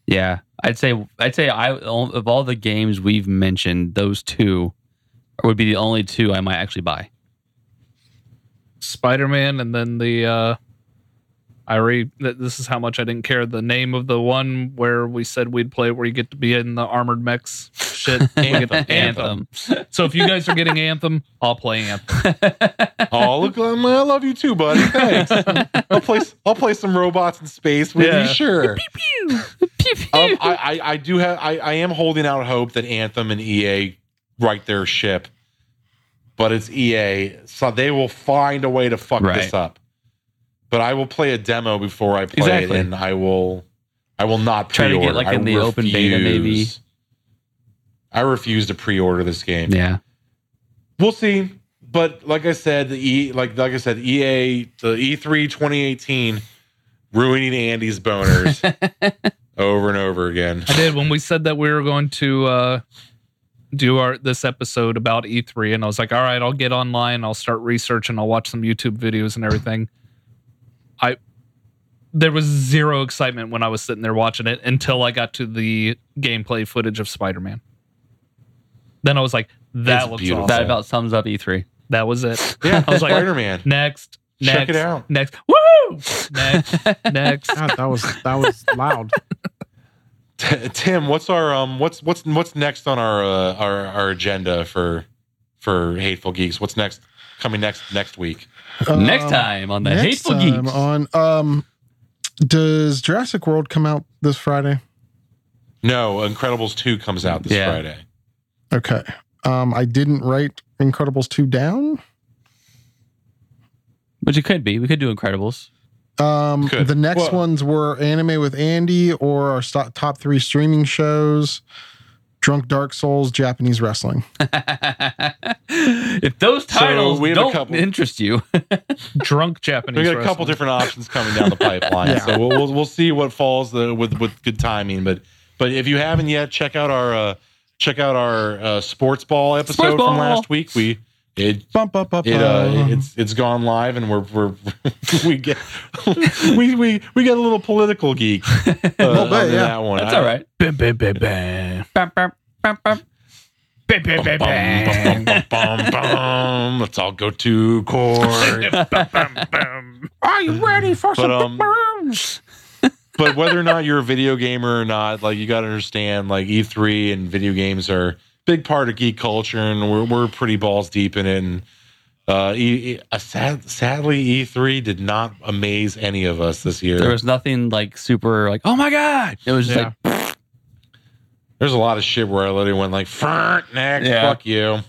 yeah, I'd say. I'd say. I of all the games we've mentioned, those two would be the only two I might actually buy. Spider Man, and then the uh, I re th- this is how much I didn't care. The name of the one where we said we'd play, where you get to be in the armored mechs shit. We [laughs] get the- Anthem. So if you guys are getting Anthem, I'll play Anthem. oh, look, um, I love you too, buddy. [laughs] Thanks. I'll play. s- I'll play some robots in space with Yeah. you. Sure. Pew, pew. um, I, I, I do have I, I am holding out hope that Anthem and EA right their ship, but it's EA, so they will find a way to fuck this Right. up. But I will play a demo before I play Exactly. it, and I will I will not Try to pre-order. get, like, in I the open beta, maybe. refuse- I refuse to pre-order this game. yeah. We'll see. But like I said, the E like like I said, EA the E E3 2018 ruining Andy's boners over and over again. I did when we said that we were going to uh, do our this episode about E3, and I was like, all right, I'll get online, I'll start researching, I'll watch some YouTube videos and everything. I there was zero excitement when I was sitting there watching it until I got to the gameplay footage of Spider Man. Then I was like, that It's looks beautiful. awesome. That That, about sums up E E3. was it. Yeah, I was like, Spider Man. Next, next, Check it out. next, woo, next, next. God, that was that was loud. Tim, what's our um, what's what's what's next on our uh, our our agenda for for hateful geeks? What's next coming next next week? next Um, time on the next Hateful time Geeks. on um, does Jurassic World come out this Friday? No, Incredibles two comes out this Yeah. Friday. Okay. Um, I didn't write Incredibles two down. Which it could be. We could do Incredibles. [laughs] Um, Good. the next Well- ones were anime with Andy or our sto- top three streaming shows, Drunk Dark Souls, Japanese wrestling. if those So, titles we have a don't couple. interest you, [laughs] Drunk Japanese. We got a couple wrestling. different options coming down the pipeline, Yeah. so we'll, we'll we'll see what falls the, with with good timing. But but if you haven't yet, check out our uh, check out our uh, sports ball episode Sports ball. from last week. We it Bump up up. it uh, it's it's gone live and we're we're [laughs] we get [laughs] we we we get a little political geek uh, little bit, on yeah. that one. that's I- all right. Bam, bam, bam, bam. Bam, bam, bam, bam. Bam, bam, Bum, bum, bam, bam. bum, bum, bum. Let's all go to [laughs] court. Are you ready for But um, but whether or not you're a video gamer or not, like you got to understand, like E3 and video games are a big part of geek culture, and we're we're pretty balls deep in it. And uh, e- E- uh, sad, sadly, E3 did not amaze any of us this year. There was nothing like super like, oh my God. It was just Yeah. like There's a lot of shit where I literally went like, "Front next, Yeah. fuck you."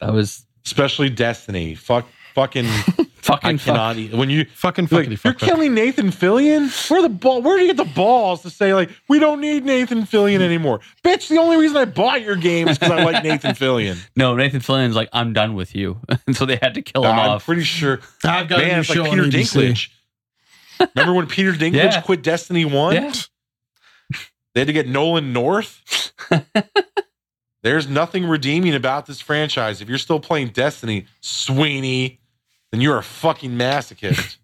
that was especially Destiny. Fuck, fucking, I Fucking fuck. cannot. e-, When you Fucking like, fuckity you're fuck. fuck. killing Nathan Fillion. Where the ball? Where do you get the balls to say like we don't need Nathan Fillion anymore, bitch? The only reason I bought your game is because I like Nathan [laughs] Fillion. No, Nathan Fillion's like, I'm done with you. [laughs] and so they had to kill him I'm off. pretty sure. I've got a Man, new it's show like on Peter ABC. Dinklage. Remember when Peter Dinklage Yeah. quit Destiny One? Yeah. They had to get Nolan North. There's nothing redeeming about this franchise. If you're still playing Destiny, Sweeney, then you're a fucking masochist.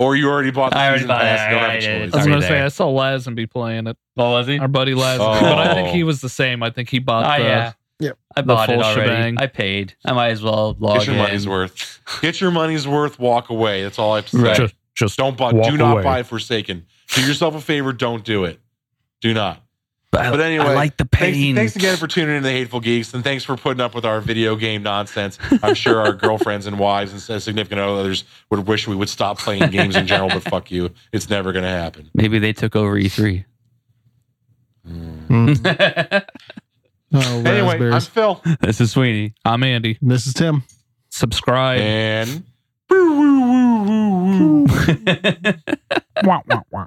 or you already bought the I already season bought it. pass. and I- I- Don't have a I choice. was Sorry gonna say there. I saw Lazenby playing it, What was he? our buddy Lazenby, Oh. but I think he was the same. I think he bought Ah, the yeah. Yep. I bought full it already. shebang. I paid. I might as well log Get your in. money's worth. [laughs] Get your money's worth. Walk away. That's all I have to say. Right. just just Don't buy. Walk do not away. buy Forsaken. Do yourself a favor. Don't do it. Do not. But, I- But anyway, I like the Thanks, pain. thanks again for tuning in to the Hateful Geeks, and thanks for putting up with our video game nonsense. I'm sure [laughs] our girlfriends and wives and s- significant others would wish we would stop playing games in general, but fuck you, it's never going to happen. Maybe they took over E E3. Mm. Oh, Anyway, I'm raspberries. Phil, [laughs] this is Sweeney. I'm Andy. this is Tim. Subscribe. and woo, woo, woo, woo, woo. Wah, wah, wah.